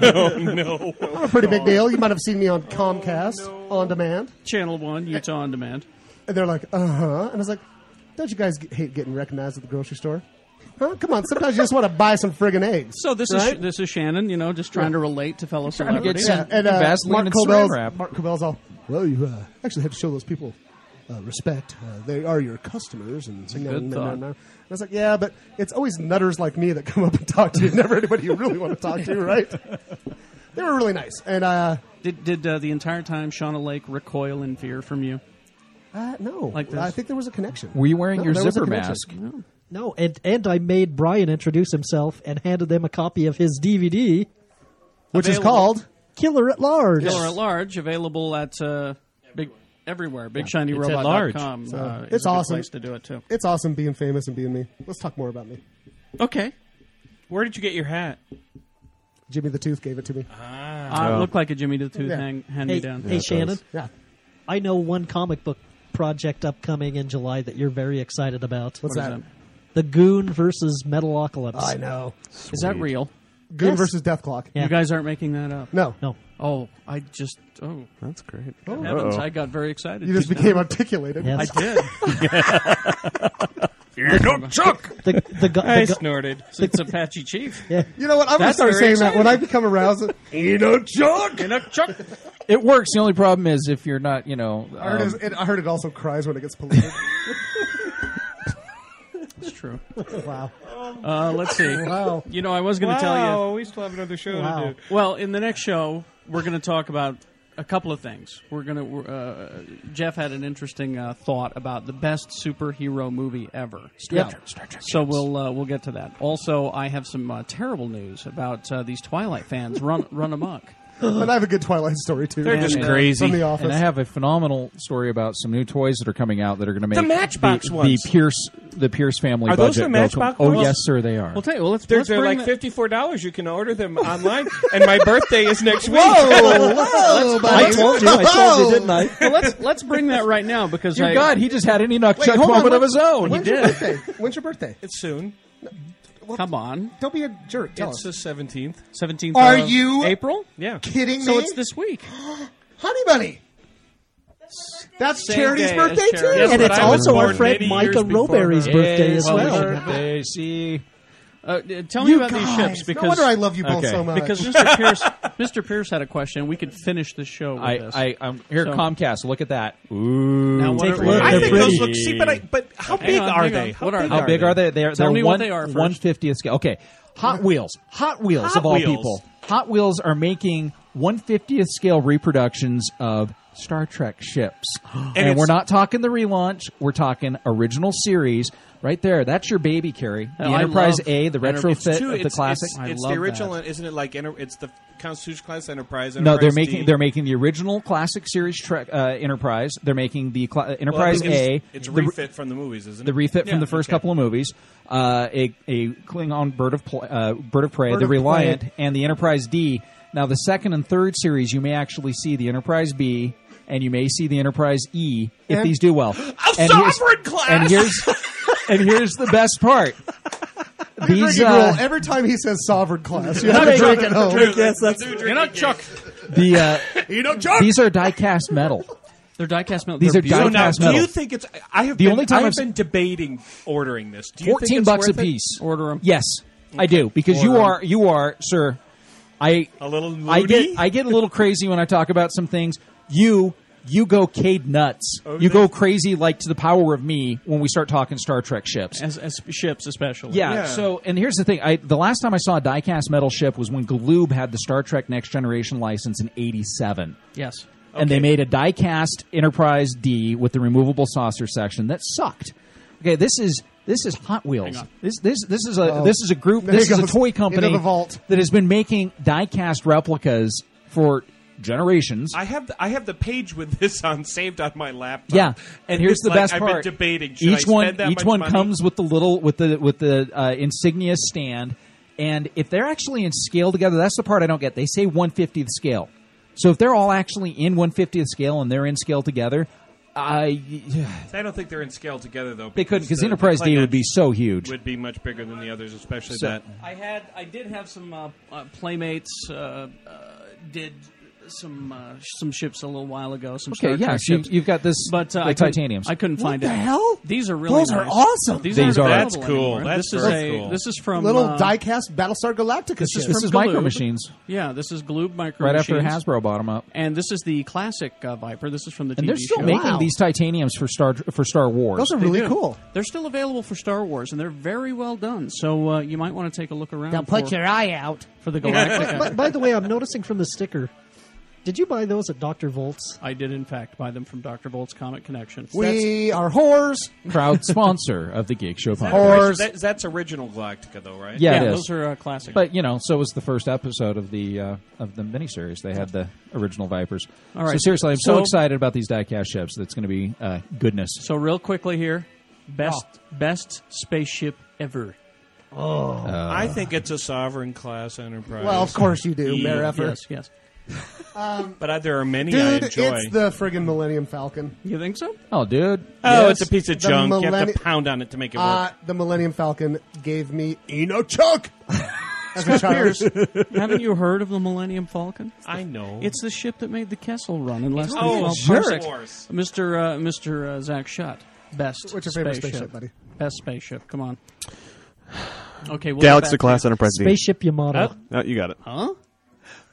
no.
I'm a pretty
Oh.
big deal. You might have seen me on Comcast on demand.
Channel One, Utah on Demand.
And they're like, uh huh. And I was like, don't you guys get, hate getting recognized at the grocery store? Huh? Come on. Sometimes you just want to buy some friggin' eggs.
So this
right?
is this is Shannon, you know, just trying to relate to fellow
to get
celebrities.
some-
yeah. And uh,
Vaseline
Mark
and
Cobell's
saran wrap.
Mark Cobell's all. Well, you uh, actually have to show those people uh, respect. Uh, they are your customers, and it's
good thought.
And I was like, yeah, but it's always nutters like me that come up and talk to you. Never anybody you really want to talk to, right? they were really nice, and uh,
Did did uh, the entire time Shauna Lake recoil in fear from you?
uh, no,
Like this?
I think there was a connection.
Were you wearing
No,
your
there was a
zipper
connection.
mask?
No, and and I made Brian introduce himself and handed them a copy of his DVD,
which is
Available.
called
Killer at Large.
Killer at Large, available at uh, big everywhere.
at large.
BigShinyRobot.com.
So,
uh,
it's
is a good
awesome.
place to do it too.
"It's Awesome Being Famous and Being Me." Let's talk more about me.
Okay,
Where did you get your hat?
Jimmy the Tooth gave it to me.
Uh, I look like a Jimmy the Tooth
Yeah.
hang, hand
hey,
me down.
hey Shannon,
Yeah,
I know one comic book project upcoming in July that you're very excited about.
what's
What is
that?
that?
The Goon versus Metalocalypse.
I know.
Is that real?
Goon
Yes.
versus Death Clock.
Yeah.
You guys aren't making that up.
No,
No,
Oh, I just oh
That's great.
heavens!
Uh-oh.
I got very excited.
you just became articulated.
I
yes.
did.
the the, gu-
I
the, gu-
snorted.
It's Apache Chief.
You know what? I'm
That's
gonna start
very
saying that when I become aroused.
It works. The only problem is if you're not, you know,
I heard,
um,
it, I heard it also cries when it gets polluted.
It's true.
wow.
Uh, let's see.
Wow.
You know, I was going to tell you.
we still have another show
Wow.
to do.
Well, in the next show, we're going to talk about a couple of things. We're going to. Uh, Jeff had an interesting uh, thought about the best superhero movie ever.
Yeah.
So we'll uh, we'll get to that. Also, I have some uh, terrible news about uh, these Twilight fans run run amok.
And I have a good Twilight story too.
They're just
And, uh,
crazy.
from the office.
and I have a phenomenal story about some new toys that are coming out that are going to make
The Matchbox
the,
ones.
the Pierce the Pierce family
Are
budget.
those the
go from-
Matchbox
oh
ones?
yes, sir, they are.
We'll tell you. Well, let's,
They're,
let's
they're
bring
uh, like
the-
fifty-four dollars. You can order them online, and my birthday is next week.
Whoa,
I told you, I told you, didn't I?
well, let's let's bring that right now because
Dear
I,
God, he just had an Enoch Chuck
hold on,
moment of
what-
his own.
When's your birthday? When's your birthday?
It's soon.
come on,
Don't be a jerk. Tell
It's
us.
the seventeenth.
seventeenth.
Are you
April?
Yeah.
Kidding
So
me?
it's this week.
Honey Bunny. That's
Same
Charity's
day as
birthday too.
Charity. Yes,
and
but
it's
I was
also our
born
friend
many
Micah
years before
Roberry's
her.
birthday as well.
Birthday, see.
Uh, d- tell me
You
about these
guys.
ships because
no wonder I love you both
Okay.
so much.
because Mr. Pierce Mr. Pierce had a question. We could finish the show with
I,
this.
I, I'm here.
So-
Comcast, look at that. Ooh,
now, what
Take
are,
a look.
I
I
think
think
pretty.
those look. See, but I, but how
Hang
big
on,
are
hang
they?
on. What are-
big
how
how big are they? They're,
Tell
they're
me what
one,
they are first.
One fiftieth scale. Okay, Hot Wheels. Hot Wheels
Hot
of all
Wheels.
people. Hot Wheels are making one fiftieth scale reproductions of Star Trek ships, and,
it's-
we're not talking the relaunch. We're talking original series. Right there, that's your baby, Carrie. The
Oh, I
Enterprise
love
A, the
Enterprise.
retrofit
Two,
of the
it's-
classic.
It's,
I
it's
love
the original,
that.
and isn't it like enter, it's the Constitution class Enterprise?
No, they're
Enterprise
making
D.
they're making the original classic series Trek uh, Enterprise. They're making the cla uh,
Well, I
Enterprise
think it's,
A.
It's
the,
refit from the movies, isn't it?
the refit from the first
okay.
couple of movies, uh, a, a Klingon bird of pl- uh, bird of prey,
Bird
the
of
Reliant,
prey.
and the Enterprise D. Now, the second and third series, you may actually see the Enterprise B, and you may see the Enterprise E if
And-
these do well.
A
and here's-
sovereign class!
And here's and here's the best part. These
Drinking
uh,
rule. Every time he says sovereign class, you have a drink at home.
Yes, that's
You're not Chuck.
the uh,
You know, Chuck.
these are die-cast metal.
they're diecast metal.
These
They're
are
beautiful.
So now,
Diecast
do
metal.
you think it's? I have
The
been,
only time
I have
I've-
been debating ordering this. Do you think
Fourteen
it's
bucks a
worth it?
piece.
Order 'em.
Yes, I do because you
Order 'em.
are you are sir. I
A little
I
loony?
get I get a little crazy when I talk about some things. You you go cade nuts. you go crazy like to the power of me when we start talking Star Trek ships.
as, as ships especially.
Yeah, So, and here's the thing: I the last time I saw a diecast metal ship was when Galoob had the Star Trek Next Generation license in '87
Yes.
and they made a die-cast Enterprise D with the removable saucer section that sucked. Okay, this is this is Hot Wheels.
on.
This this this is a
Oh.
this is a group.
There
This
it
is a
goes.
toy
Into
company
the vault.
that has been making die-cast replicas for generations.
I have the, I have the page with this on saved on my laptop.
Yeah, and here's
it's
the
like
best part.
I've been debating. Should
Each
I
one,
spend that
each
much
one
money?
comes with the little with the with the uh, insignia stand, and if they're actually in scale together, that's the part I don't get. They say 150th scale, so if they're all actually in 150th scale and they're in scale together, I
I don't think they're in scale together though.
they couldn't because
the-
Enterprise
the
D would
Klingons
be so huge.
Would be much bigger than the others, especially
So-
that.
I had, I did have some uh, uh, playmates. Uh, uh, did some uh, some ships a little while ago. Some Star
Okay, yeah,
Trek
so you,
ships.
you've got this,
but uh,
the
I couldn't-
titaniums.
I couldn't
What
find
the
it.
hell?
These are really
Those are
nice.
awesome.
These, aren't
These are-
That's
available
cool.
anymore.
That's
this is
very
a,
cool.
This is from
Little
uh,
diecast Battlestar Galactica
This is
shit.
This
from
is Micro
Galoob.
Machines.
Yeah, this is Galoob Micro
Right after
Machines.
Hasbro bought them up.
And this is the classic uh, Viper. This is from the
And
TV
they're still
show.
making
Wow.
these titaniums for Star for Star Wars.
Those are really
do.
cool.
They're still available for Star Wars, and they're very well done. So uh, you might want to take a look around. for,
eye out.
for the Galactica.
by, by the way, I'm noticing from the sticker. Did you buy those at Doctor Volt's?
I did, in fact, buy them from Dr. Volt's Comic Connection.
We are whores.
Crowd sponsor of the Geek Show podcast.
Whores.
That- that's original Galactica though, right?
yeah,
yeah,
it is.
those are uh, classic.
But you know, so was the first episode of the uh, of the miniseries. They had the original Vipers.
All right.
So seriously, I'm so,
So-
excited about these diecast ships. That's going to be uh, goodness.
so real quickly here, best best spaceship ever.
I think it's a sovereign class Enterprise.
Well, of course you do, Mayor
yes,
Effer.
yes.
but I, there are many I
Dude,
enjoy.
it's the friggin' Millennium Falcon.
You think so?
Oh, dude.
oh,
Yes,
it's a piece of
the
junk. You have
millenni-
to pound on it to make it work.
Uh, the Millennium Falcon gave me Eno Chuck as a child.
Haven't you heard of the Millennium Falcon?
I know.
It's the ship that made the Kessel run in less than
Oh,
12
sure.
parsecs.
Course.
Mr. Uh, Mr. Uh, Zach Shutt. Best
What's your favorite spaceship, buddy?
Best spaceship. Come on. Okay, we'll
Galaxy
get back
class
to you.
Enterprise D.
Spaceship Yamato.
Oh, you got it.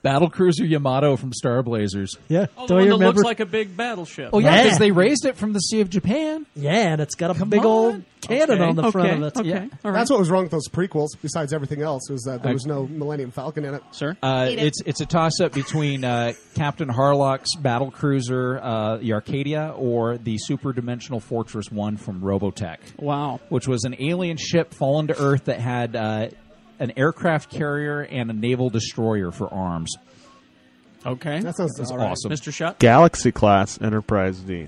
Battle Cruiser Yamato from Star Blazers.
Yeah.
Oh, the
Do
one
you
that
remember?
looks like a big battleship.
Oh yeah,
Yeah.
because they raised it from the Sea of Japan.
yeah, and it's got a
Come
big
on.
old cannon
Okay,
on the front
okay,
of it.
okay.
Yeah.
All right.
That's what was wrong with those prequels. Besides everything else, was that there
I-
was no Millennium Falcon in it.
Sir?
Uh, it's it's a toss up between uh, Captain Harlock's battle cruiser, uh, the Arcadia, or the Super Dimensional Fortress One from Robotech,
wow.
which was an alien ship fallen to Earth that had uh, an aircraft carrier and a naval destroyer for arms.
Okay.
That sounds
That's
all right.
awesome.
Mr. Shutt.
Galaxy class Enterprise D.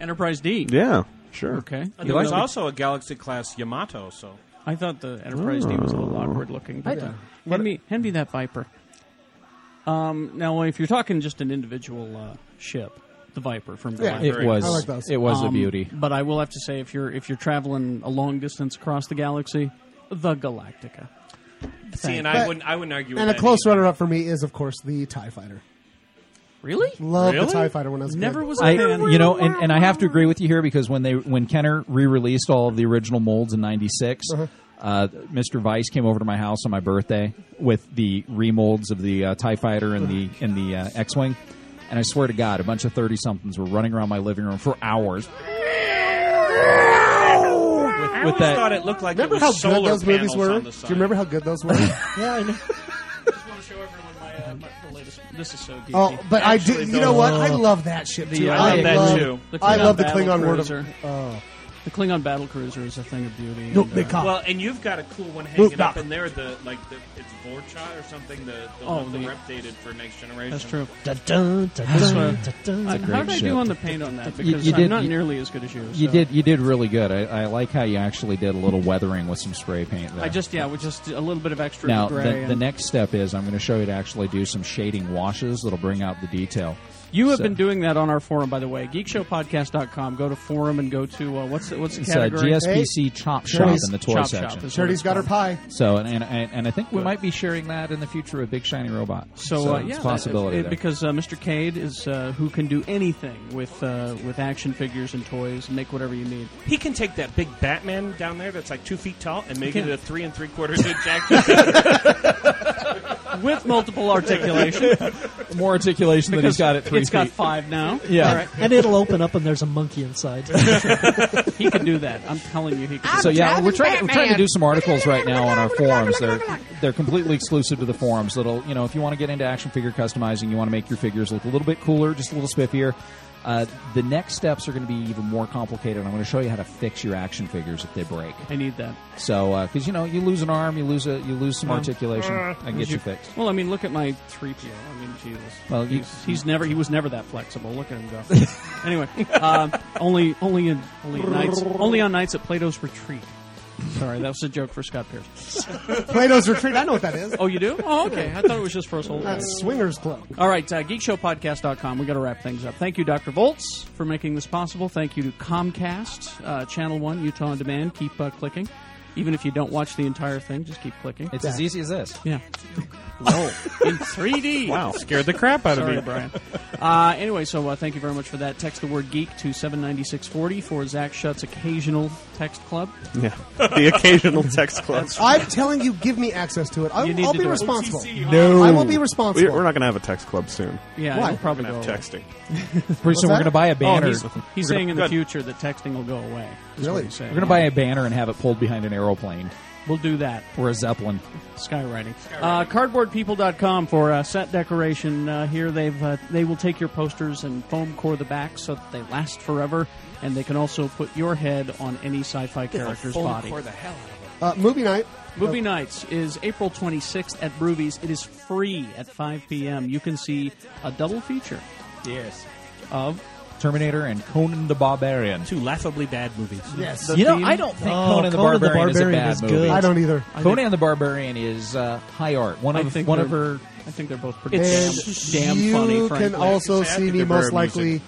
Enterprise D.
Yeah, sure.
Okay. I
there
didn't
was
know-
also a Galaxy class Yamato. So
I thought the Enterprise D was a
Oh.
little awkward looking. But uh, hand, me, hand me that Viper. Um, now, if you're talking just an individual uh, ship, the Viper from the
Yeah.
It
I
was
like those.
it was a
Um,
beauty.
But I will have to say, if you're if you're traveling a long distance across the galaxy, the Galactica.
see, and I
But-
wouldn't. I wouldn't argue. with
And a
that
close
either.
runner-up for me is, of course, the Tie Fighter.
Really?
Loved the
Really?
Tie Fighter when I was a
Never
kid.
was a
I,
fan.
you know, and, and I have to agree with you here because when they when Kenner re-released all of the original molds in '96,
Uh-huh.
uh Mr. Vice came over to my house on my birthday with the remolds of the uh, Tie Fighter and the and the uh, X-wing, and I swear to God, a bunch of thirty somethings were running around my living room for hours.
I
with
always
that-
thought it looked like
Remember
it
how
was
good
solar
those movies
panels
were?
on
Do
the side.
you remember how good those were?
Yeah, I know.
This is so geeky.
oh, but I do.
Actually,
You know what? I
those-
love that ship too.
uh,
I love that
love,
too.
The
I love the
Battle
Klingon word of.
Cruiser.
Oh.
The uh, Klingon battle cruiser is a thing of beauty.
No,
and,
they
uh,
call-
Well, and you've got a cool one
Move
hanging up
back.
in there. The like the, it's Vorcha or something. The the
Oh,
one
the-
that rep dated for next generation.
that's true.
Dun-dun,
This
dun-dun,
one-
dun-dun.
Uh, How did I
ship.
do on the paint on that?
You-
Because
you
I'm
did-
not
you-
nearly as good as you.
You
so.
did you did really good. I, I like how you actually did a little weathering with some spray paint. There.
I just yeah, with just a little bit of extra
now
gray.
the, the
and-
next step is I'm going to show you to actually do some shading washes that'll bring out the detail.
you have
so-
been doing that on our forum, by the way. Geekshowpodcast.com. Go to forum and go to uh, what's the, what's the
It's uh,
category?
GSPC Chop Shop in the toy
Chop
section.
Shop is what
Charity's
it's
got her
called.
pie.
So, and, and, and and I think we might be sharing that in the future with Big Shiny Robot.
So, uh, yeah,
it's a possibility
that- it-
there.
because uh, Mr. Cade is uh, who can do anything with uh, with action figures and toys and make whatever you need.
He can take that big Batman down there that's like two feet tall and make
He can.
it a three and three quarters inch action.
with multiple articulation.
more articulation than he's got at three
It's got five now.
Yeah.
All right.
And it'll open up and there's a monkey inside.
he can do that. I'm telling you, he can.
So yeah, we're trying, we're trying to do some articles right now on our forums. They're they're completely exclusive to the forums. That'll you know if you want to get into action figure customizing, you want to make your figures look a little bit cooler, just a little spiffier. Uh, the next steps are going to be even more complicated. I'm going to show you how to fix your action figures if they break.
I need that.
So, because you know, you lose an arm, you lose a, you lose some
Um,
articulation. I can
Did
get uh, you fixed.
Well, I mean, look at my three PO. I mean, Jesus.
Well, you-
he's, he's never he was never that flexible. Look at him go. anyway, um, only only in, only at nights only on nights at Plato's Retreat. Sorry, that was a joke for Scott Pierce.
Plato's Retreat. I know what that is.
Oh, you do? Oh, okay. I thought it was just for us old guys.
That's Swingers Club.
All right, uh, geekshowpodcast.com. we got to wrap things up. Thank you, Dr. Volts, for making this possible. Thank you to Comcast, uh, Channel 1, Utah On Demand. Keep uh, clicking. Even if you don't watch the entire thing, just keep clicking.
It's as easy as this.
yeah. No. In 3D.
Wow, scared the crap out
Sorry,
of me.
Brian. Uh, anyway, so uh, thank you very much for that. Text the word geek to 79640 for Zach Shutt's occasional text club.
Yeah, the occasional text club.
I'm telling you, give me access to it. I'll,
You need
I'll
to
be
do it.
responsible.
No,
I will be
We,
responsible.
we're not going to have a text club soon.
Yeah,
Why?
it'll probably
We're
go
going to
away.
have texting.
Pretty soon we're going to buy a
Oh,
banner.
he's, he's
we're
saying in the
good.
future that texting will go away. is what
Really?
he's saying.
going to buy a banner and have it pulled behind an aeroplane
We'll do that.
or a zeppelin.
Skywriting. Uh, cardboardpeople.com for uh, set decoration. Uh, here they've uh, they will take your posters and foam core the back so that they last forever, and they can also put your head on any sci-fi character's body.
the hell out of
uh, movie night.
Movie Nights is April 26th at Broovies. It is free at 5 p.m. You can see a double feature. Yes. Of
Terminator and Conan the Barbarian.
Two laughably bad movies.
Uh, Yes.
You know, I don't think
Oh,
Conan, the
Conan the
Barbarian,
Barbarian is
is a bad movie.
good.
I don't either.
Conan the Barbarian is uh, high art. One
I
of
think
one
they're-
of her.
I think they're both pretty
And
damn, damn
you
funny,
can
frankly.
also
It's
see me
active
most
music.
likely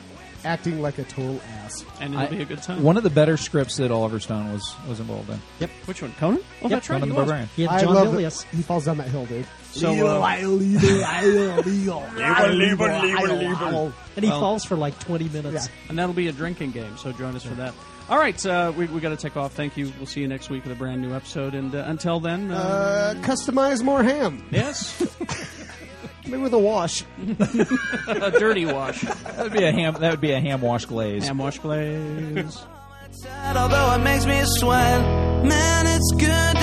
acting like a total ass.
and it'll
I-
be a good time.
One of the better scripts that Oliver Stone was was involved in.
Which one? Conan? Oh, that's right.
Conan
he
the
was.
Barbarian.
He had
I
John
love
Milius.
that he falls down that hill, dude.
So, uh,
And he falls for like 20 minutes.
Yeah.
And that'll be a drinking game, so join us for that. All right, uh, we, we got to take off. Thank you. We'll see you next week with a brand new episode. And uh, until then, uh,
Uh, customize more ham.
yes,
Maybe with a wash.
a dirty wash.
That would be a ham. That would be a ham wash glaze.
Ham wash glaze.
Although it makes me sweat, man, it's good